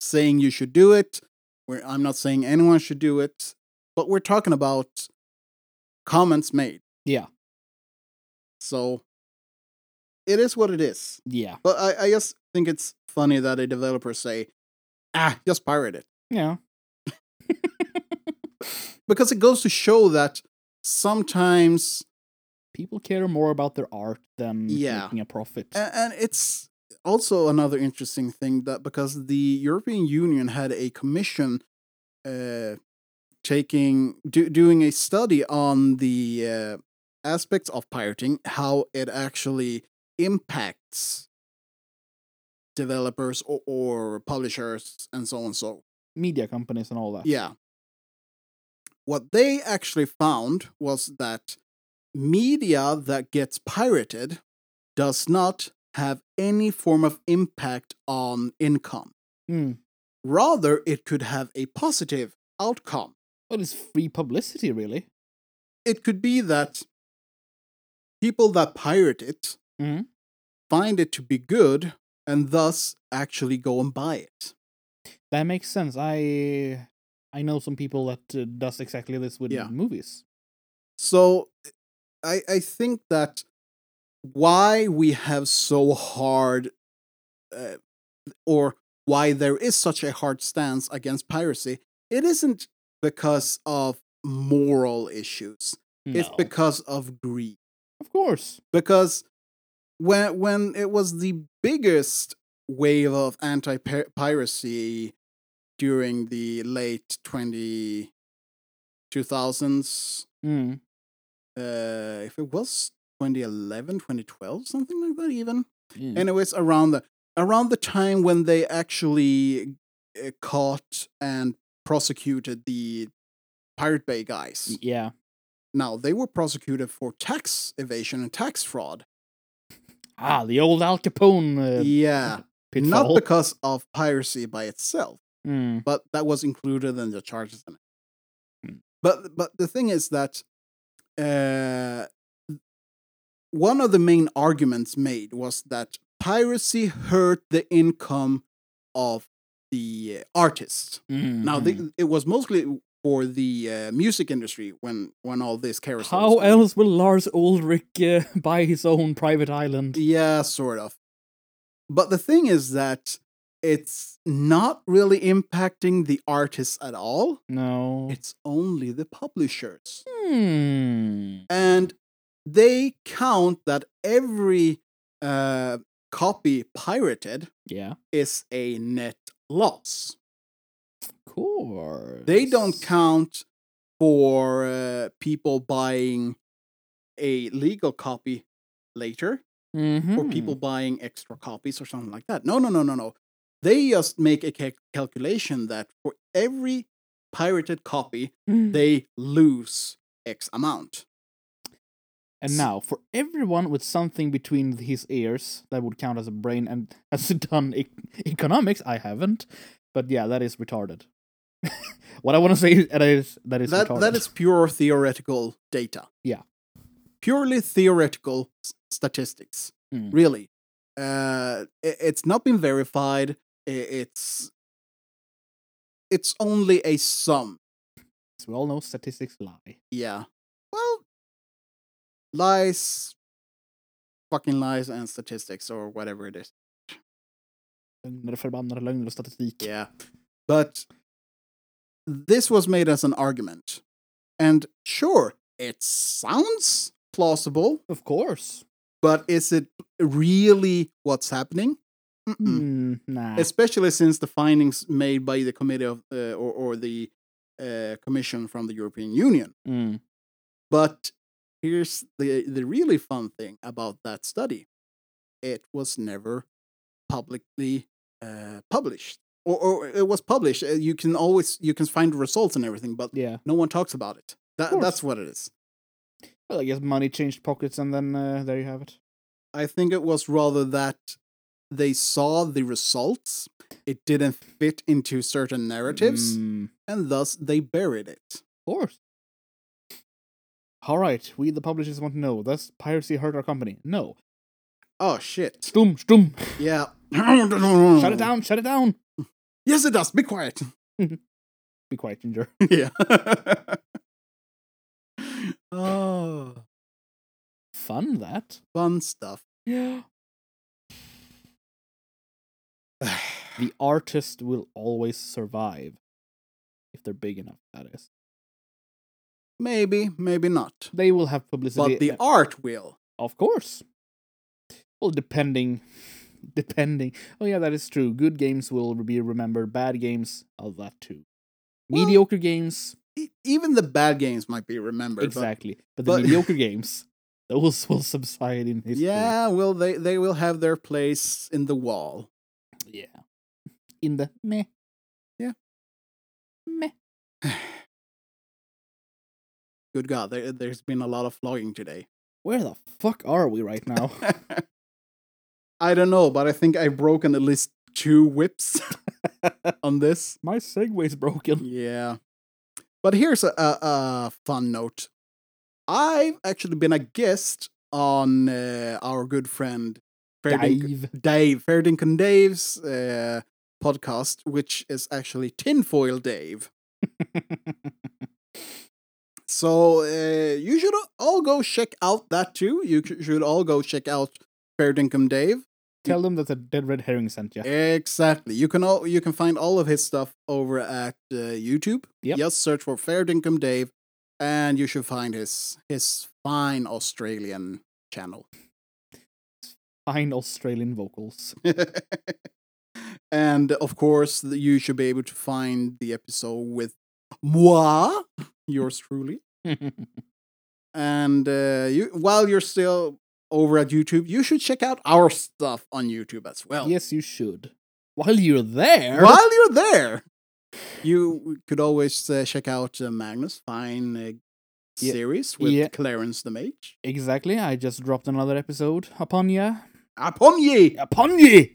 Speaker 2: saying you should do it. We're, I'm not saying anyone should do it, but we're talking about comments made.
Speaker 1: Yeah.
Speaker 2: So it is what it is.
Speaker 1: Yeah.
Speaker 2: But I, I just think it's funny that a developer say, ah, just pirate it.
Speaker 1: Yeah.
Speaker 2: Because it goes to show that sometimes,
Speaker 1: People care more about their art than
Speaker 2: Yeah. Eh
Speaker 1: making a profit.
Speaker 2: a- and it's also another interesting thing that because the European Union had a commission uh, taking do, doing a study on the uh, aspects of pirating, how it actually impacts developers or, or publishers and so on and so.
Speaker 1: Media companies and all that.
Speaker 2: Yeah. What they actually found was that media that gets pirated does not have any form of impact on income.
Speaker 1: Mm.
Speaker 2: Rather, it could have a positive outcome.
Speaker 1: Well, it's free publicity, really.
Speaker 2: it could be that people that pirate it
Speaker 1: Mhm.
Speaker 2: find it to be good and thus actually go and buy it.
Speaker 1: That makes sense. I I know some people that uh, does exactly this with
Speaker 2: Yeah.
Speaker 1: movies.
Speaker 2: So I I think that why we have so hard uh, or why there is such a hard stance against piracy, it isn't because of moral issues. It's
Speaker 1: No.
Speaker 2: because of greed.
Speaker 1: of course.
Speaker 2: Because when when it was the biggest wave of anti-piracy during the late 20 2000s,
Speaker 1: Mm.
Speaker 2: uh, if it was 2011, 2012, something like that even
Speaker 1: Yeah.
Speaker 2: anyways around the around the time when they actually uh, caught and prosecuted the pirate bay guys
Speaker 1: yeah.
Speaker 2: now they were prosecuted for tax evasion and tax fraud
Speaker 1: Ah, the old Al Capone uh,
Speaker 2: yeah not
Speaker 1: pitfall.
Speaker 2: because of piracy by itself
Speaker 1: Mm.
Speaker 2: but that was included in the charges and-
Speaker 1: Hmm.
Speaker 2: but but the thing is that uh one of the main arguments made was that piracy hurt the income of the uh, artist
Speaker 1: Mm.
Speaker 2: now the, it was mostly for the uh, music industry when when all this carousel was
Speaker 1: How
Speaker 2: going on.
Speaker 1: else will Lars Ulrich uh, buy his own private island?
Speaker 2: Yeah, sort of. But the thing is that it's not really impacting the artists at all.
Speaker 1: No.
Speaker 2: It's only the publishers.
Speaker 1: Hmm.
Speaker 2: And they count that every uh, copy pirated
Speaker 1: Yeah.
Speaker 2: is a net loss.
Speaker 1: Of course.
Speaker 2: They don't count for uh, people buying a legal copy later.
Speaker 1: Mhm.
Speaker 2: or people buying extra copies or something like that. No, no, no, no, no. They just make a cal- calculation that for every pirated copy,
Speaker 1: Mm.
Speaker 2: they lose X amount.
Speaker 1: And now, for everyone with something between his ears that would count as a brain and has done e- economics, I haven't. But yeah, that is retarded. what I want to say is that is that is
Speaker 2: That
Speaker 1: retarded.
Speaker 2: that is pure theoretical data.
Speaker 1: Yeah.
Speaker 2: purely theoretical s- statistics.
Speaker 1: Mm.
Speaker 2: Really, uh, i- it's not been verified. I- It's it's only a sum.
Speaker 1: As we all know statistics lie.
Speaker 2: Yeah. Well, lies, fucking lies, and statistics, or whatever it is.
Speaker 1: Lögner, förbannade lögner och statistik.
Speaker 2: Yeah. But this was made as an argument. And sure, it sounds plausible,
Speaker 1: Of course.
Speaker 2: but is it really what's happening? Mm-mm.
Speaker 1: Mm, nah.
Speaker 2: Especially since the findings made by the committee of, uh, or, or the uh, commission from the European Union.
Speaker 1: Mm.
Speaker 2: But here's the the really fun thing about that study: it was never publicly uh, published, or, or it was published. Uh, You can always you can find results and everything, but
Speaker 1: Yeah.
Speaker 2: no one talks about it. That,
Speaker 1: course.
Speaker 2: that's what it is.
Speaker 1: Well, I guess money changed pockets, and then uh, there you have it.
Speaker 2: I think it was rather that they saw the results, it didn't fit into certain narratives,
Speaker 1: Mm,
Speaker 2: and thus they buried it.
Speaker 1: of course. All right. We the publishers want to know. Does piracy hurt our company? No.
Speaker 2: Oh shit!
Speaker 1: Stum, stum.
Speaker 2: Yeah.
Speaker 1: Shut it down. Shut it down.
Speaker 2: Yes, it does. Be quiet.
Speaker 1: Be quiet, Ginger.
Speaker 2: yeah. oh,
Speaker 1: Fun that.
Speaker 2: fun stuff.
Speaker 1: Yeah. The artist will always survive if they're big enough. That is.
Speaker 2: maybe, maybe not.
Speaker 1: They will have publicity.
Speaker 2: But the art will.
Speaker 1: Of course. Well, depending, depending. Oh yeah, that is true. Good games will be remembered. Bad games, all that too.
Speaker 2: Well,
Speaker 1: mediocre games,
Speaker 2: E- even the bad games might be remembered. but-
Speaker 1: exactly. But, the
Speaker 2: but-
Speaker 1: mediocre games, those will subside in history.
Speaker 2: yeah, well, they, they will have their place in the wall.
Speaker 1: yeah. In the meh.
Speaker 2: Yeah.
Speaker 1: Meh.
Speaker 2: Good God, there, uh, there's been a lot of flogging today.
Speaker 1: Where the fuck are we right now?
Speaker 2: I don't know, but I think I've broken at least two whips on this.
Speaker 1: My segway's broken.
Speaker 2: Yeah. But here's a, a, a fun note. I've actually been a guest on uh, our good friend Ferdinand
Speaker 1: Dive.
Speaker 2: Dave, Ferdinand Dave's uh, podcast, which is actually Tinfoil Dave. So uh, you should all go check out that too. You c- should all go check out Ferdinand Dave.
Speaker 1: Tell them that the Dead Red Herring sent you.
Speaker 2: Exactly. You can all you can find all of his stuff over at uh, YouTube.
Speaker 1: Yep.
Speaker 2: Just search for Fair Dinkum Dave, and you should find his his fine Australian channel.
Speaker 1: Fine Australian vocals.
Speaker 2: and of course, th- you should be able to find the episode with moi, yours truly. And uh, you while you're still over at YouTube, you should check out our stuff on YouTube as well.
Speaker 1: yes, you should. While you're there.
Speaker 2: While you're there, you could always uh, check out uh, Magnus' fine uh,
Speaker 1: Yeah.
Speaker 2: series with
Speaker 1: Yeah.
Speaker 2: Clarence the Mage.
Speaker 1: Exactly. I just dropped another episode upon ya.
Speaker 2: Upon ye!
Speaker 1: Upon ye!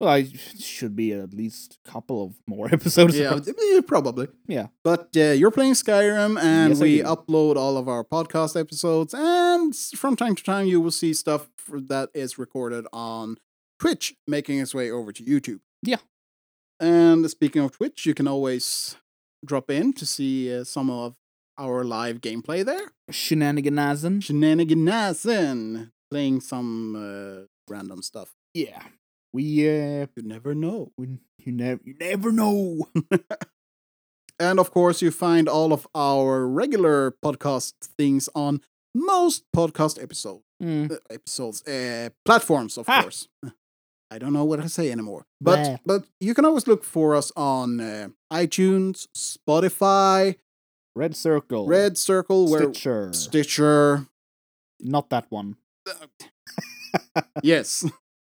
Speaker 1: Well, I should be at least a couple of more episodes.
Speaker 2: Yeah, eh, probably.
Speaker 1: Yeah.
Speaker 2: But uh, you're playing Skyrim, and
Speaker 1: Yes, I
Speaker 2: we
Speaker 1: do.
Speaker 2: upload all of our podcast episodes, and s- from time to time, you will see stuff for- that is recorded on Twitch making its way over to YouTube.
Speaker 1: Yeah.
Speaker 2: And speaking of Twitch, you can always drop in to see uh, some of our live gameplay there.
Speaker 1: Shenaniganizing.
Speaker 2: shenaniganazin playing some uh, random stuff
Speaker 1: Yeah. We, uh,
Speaker 2: you never know
Speaker 1: we, you, never, you never know.
Speaker 2: and of course you find all of our regular podcast things on most podcast episode
Speaker 1: Mm.
Speaker 2: uh, episodes uh, platforms of
Speaker 1: Ha!
Speaker 2: course i don't know what i say anymore but
Speaker 1: Bleh.
Speaker 2: but you can always look for us on uh, itunes spotify
Speaker 1: Red Circle.
Speaker 2: red circle where
Speaker 1: Oh. Stitcher.
Speaker 2: stitcher
Speaker 1: Not that one.
Speaker 2: yes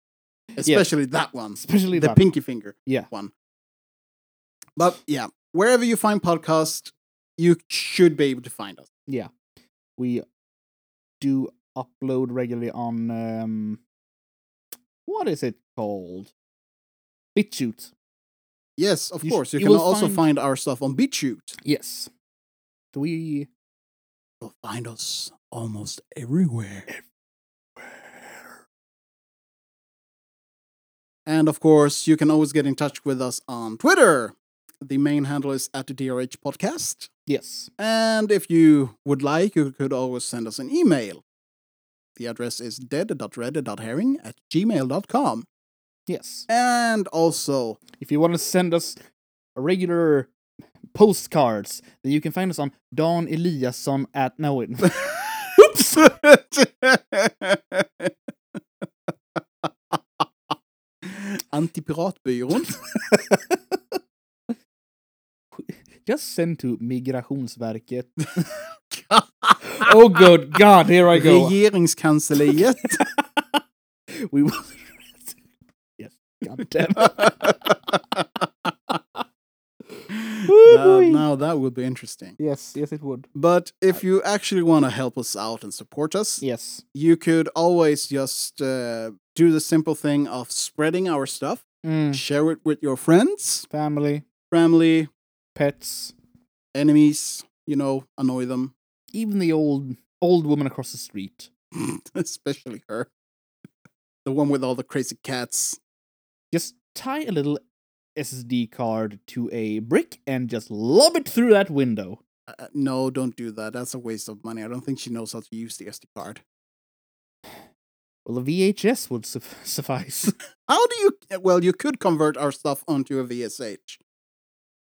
Speaker 2: especially that one
Speaker 1: Especially
Speaker 2: the
Speaker 1: that.
Speaker 2: pinky finger
Speaker 1: Yeah.
Speaker 2: one but yeah wherever you find podcast you should be able to find us
Speaker 1: we do upload regularly on um what is it called bitchute
Speaker 2: yes of
Speaker 1: You sh-
Speaker 2: course you,
Speaker 1: you
Speaker 2: can
Speaker 1: will
Speaker 2: also
Speaker 1: find-
Speaker 2: find our stuff on BitChute
Speaker 1: yes do we
Speaker 2: you'll find us almost everywhere and of course you can always get in touch with us on Twitter the main handle is at the DRH podcast
Speaker 1: yes
Speaker 2: and if you would like you could always send us an email the address is dead.red.herring at gmail.com
Speaker 1: yes
Speaker 2: and also
Speaker 1: if you want to send us regular postcards then you can find us on don eliasson at no wait.
Speaker 2: Oops. Antipiratbyrån.
Speaker 1: just send to migrationsverket oh good god here i go
Speaker 2: Regeringskansliet.
Speaker 1: we will yes god damn
Speaker 2: now, now that would be interesting.
Speaker 1: yes yes it would
Speaker 2: But if you actually want to help us out and support us,
Speaker 1: yes
Speaker 2: you could always just uh, do the simple thing of spreading our stuff,
Speaker 1: Mm,
Speaker 2: share it with your friends,
Speaker 1: family
Speaker 2: family,
Speaker 1: pets,
Speaker 2: enemies, you know, annoy them,
Speaker 1: even the old old woman across the street.
Speaker 2: especially her. The one with all the crazy cats.
Speaker 1: Just tie a little SD card to a brick and just lob it through that window.
Speaker 2: Uh, Uh, no, don't do that. That's a waste of money. I don't think she knows how to use the SD card.
Speaker 1: Well, the VHS would suff suffice.
Speaker 2: How do you? uh, Well, you could convert our stuff onto a VSH,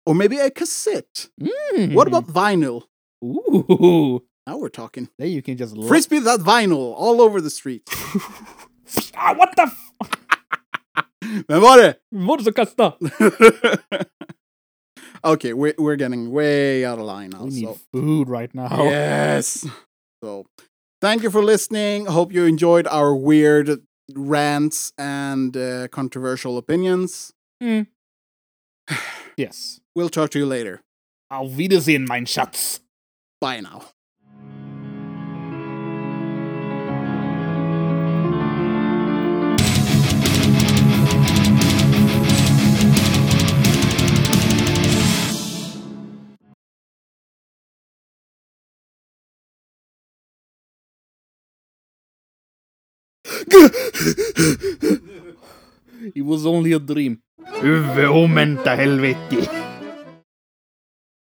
Speaker 2: or maybe a cassette. What
Speaker 1: Mm-hmm.
Speaker 2: about vinyl?
Speaker 1: Ooh,
Speaker 2: Now we're talking.
Speaker 1: there you can just lo-
Speaker 2: Frisbee that vinyl all over the street.
Speaker 1: ah, what the? F-
Speaker 2: Men var det?
Speaker 1: what is the casta?
Speaker 2: okay, we're we're getting way out of line now.
Speaker 1: We need
Speaker 2: so.
Speaker 1: food right now.
Speaker 2: Yes. So, thank you for listening. Hope you enjoyed our weird rants and uh, controversial opinions.
Speaker 1: Yes.
Speaker 2: We'll talk to you later.
Speaker 1: Auf Wiedersehen, mein Schatz.
Speaker 2: Bye now.
Speaker 1: It was only a dream. Uve omenta helveti.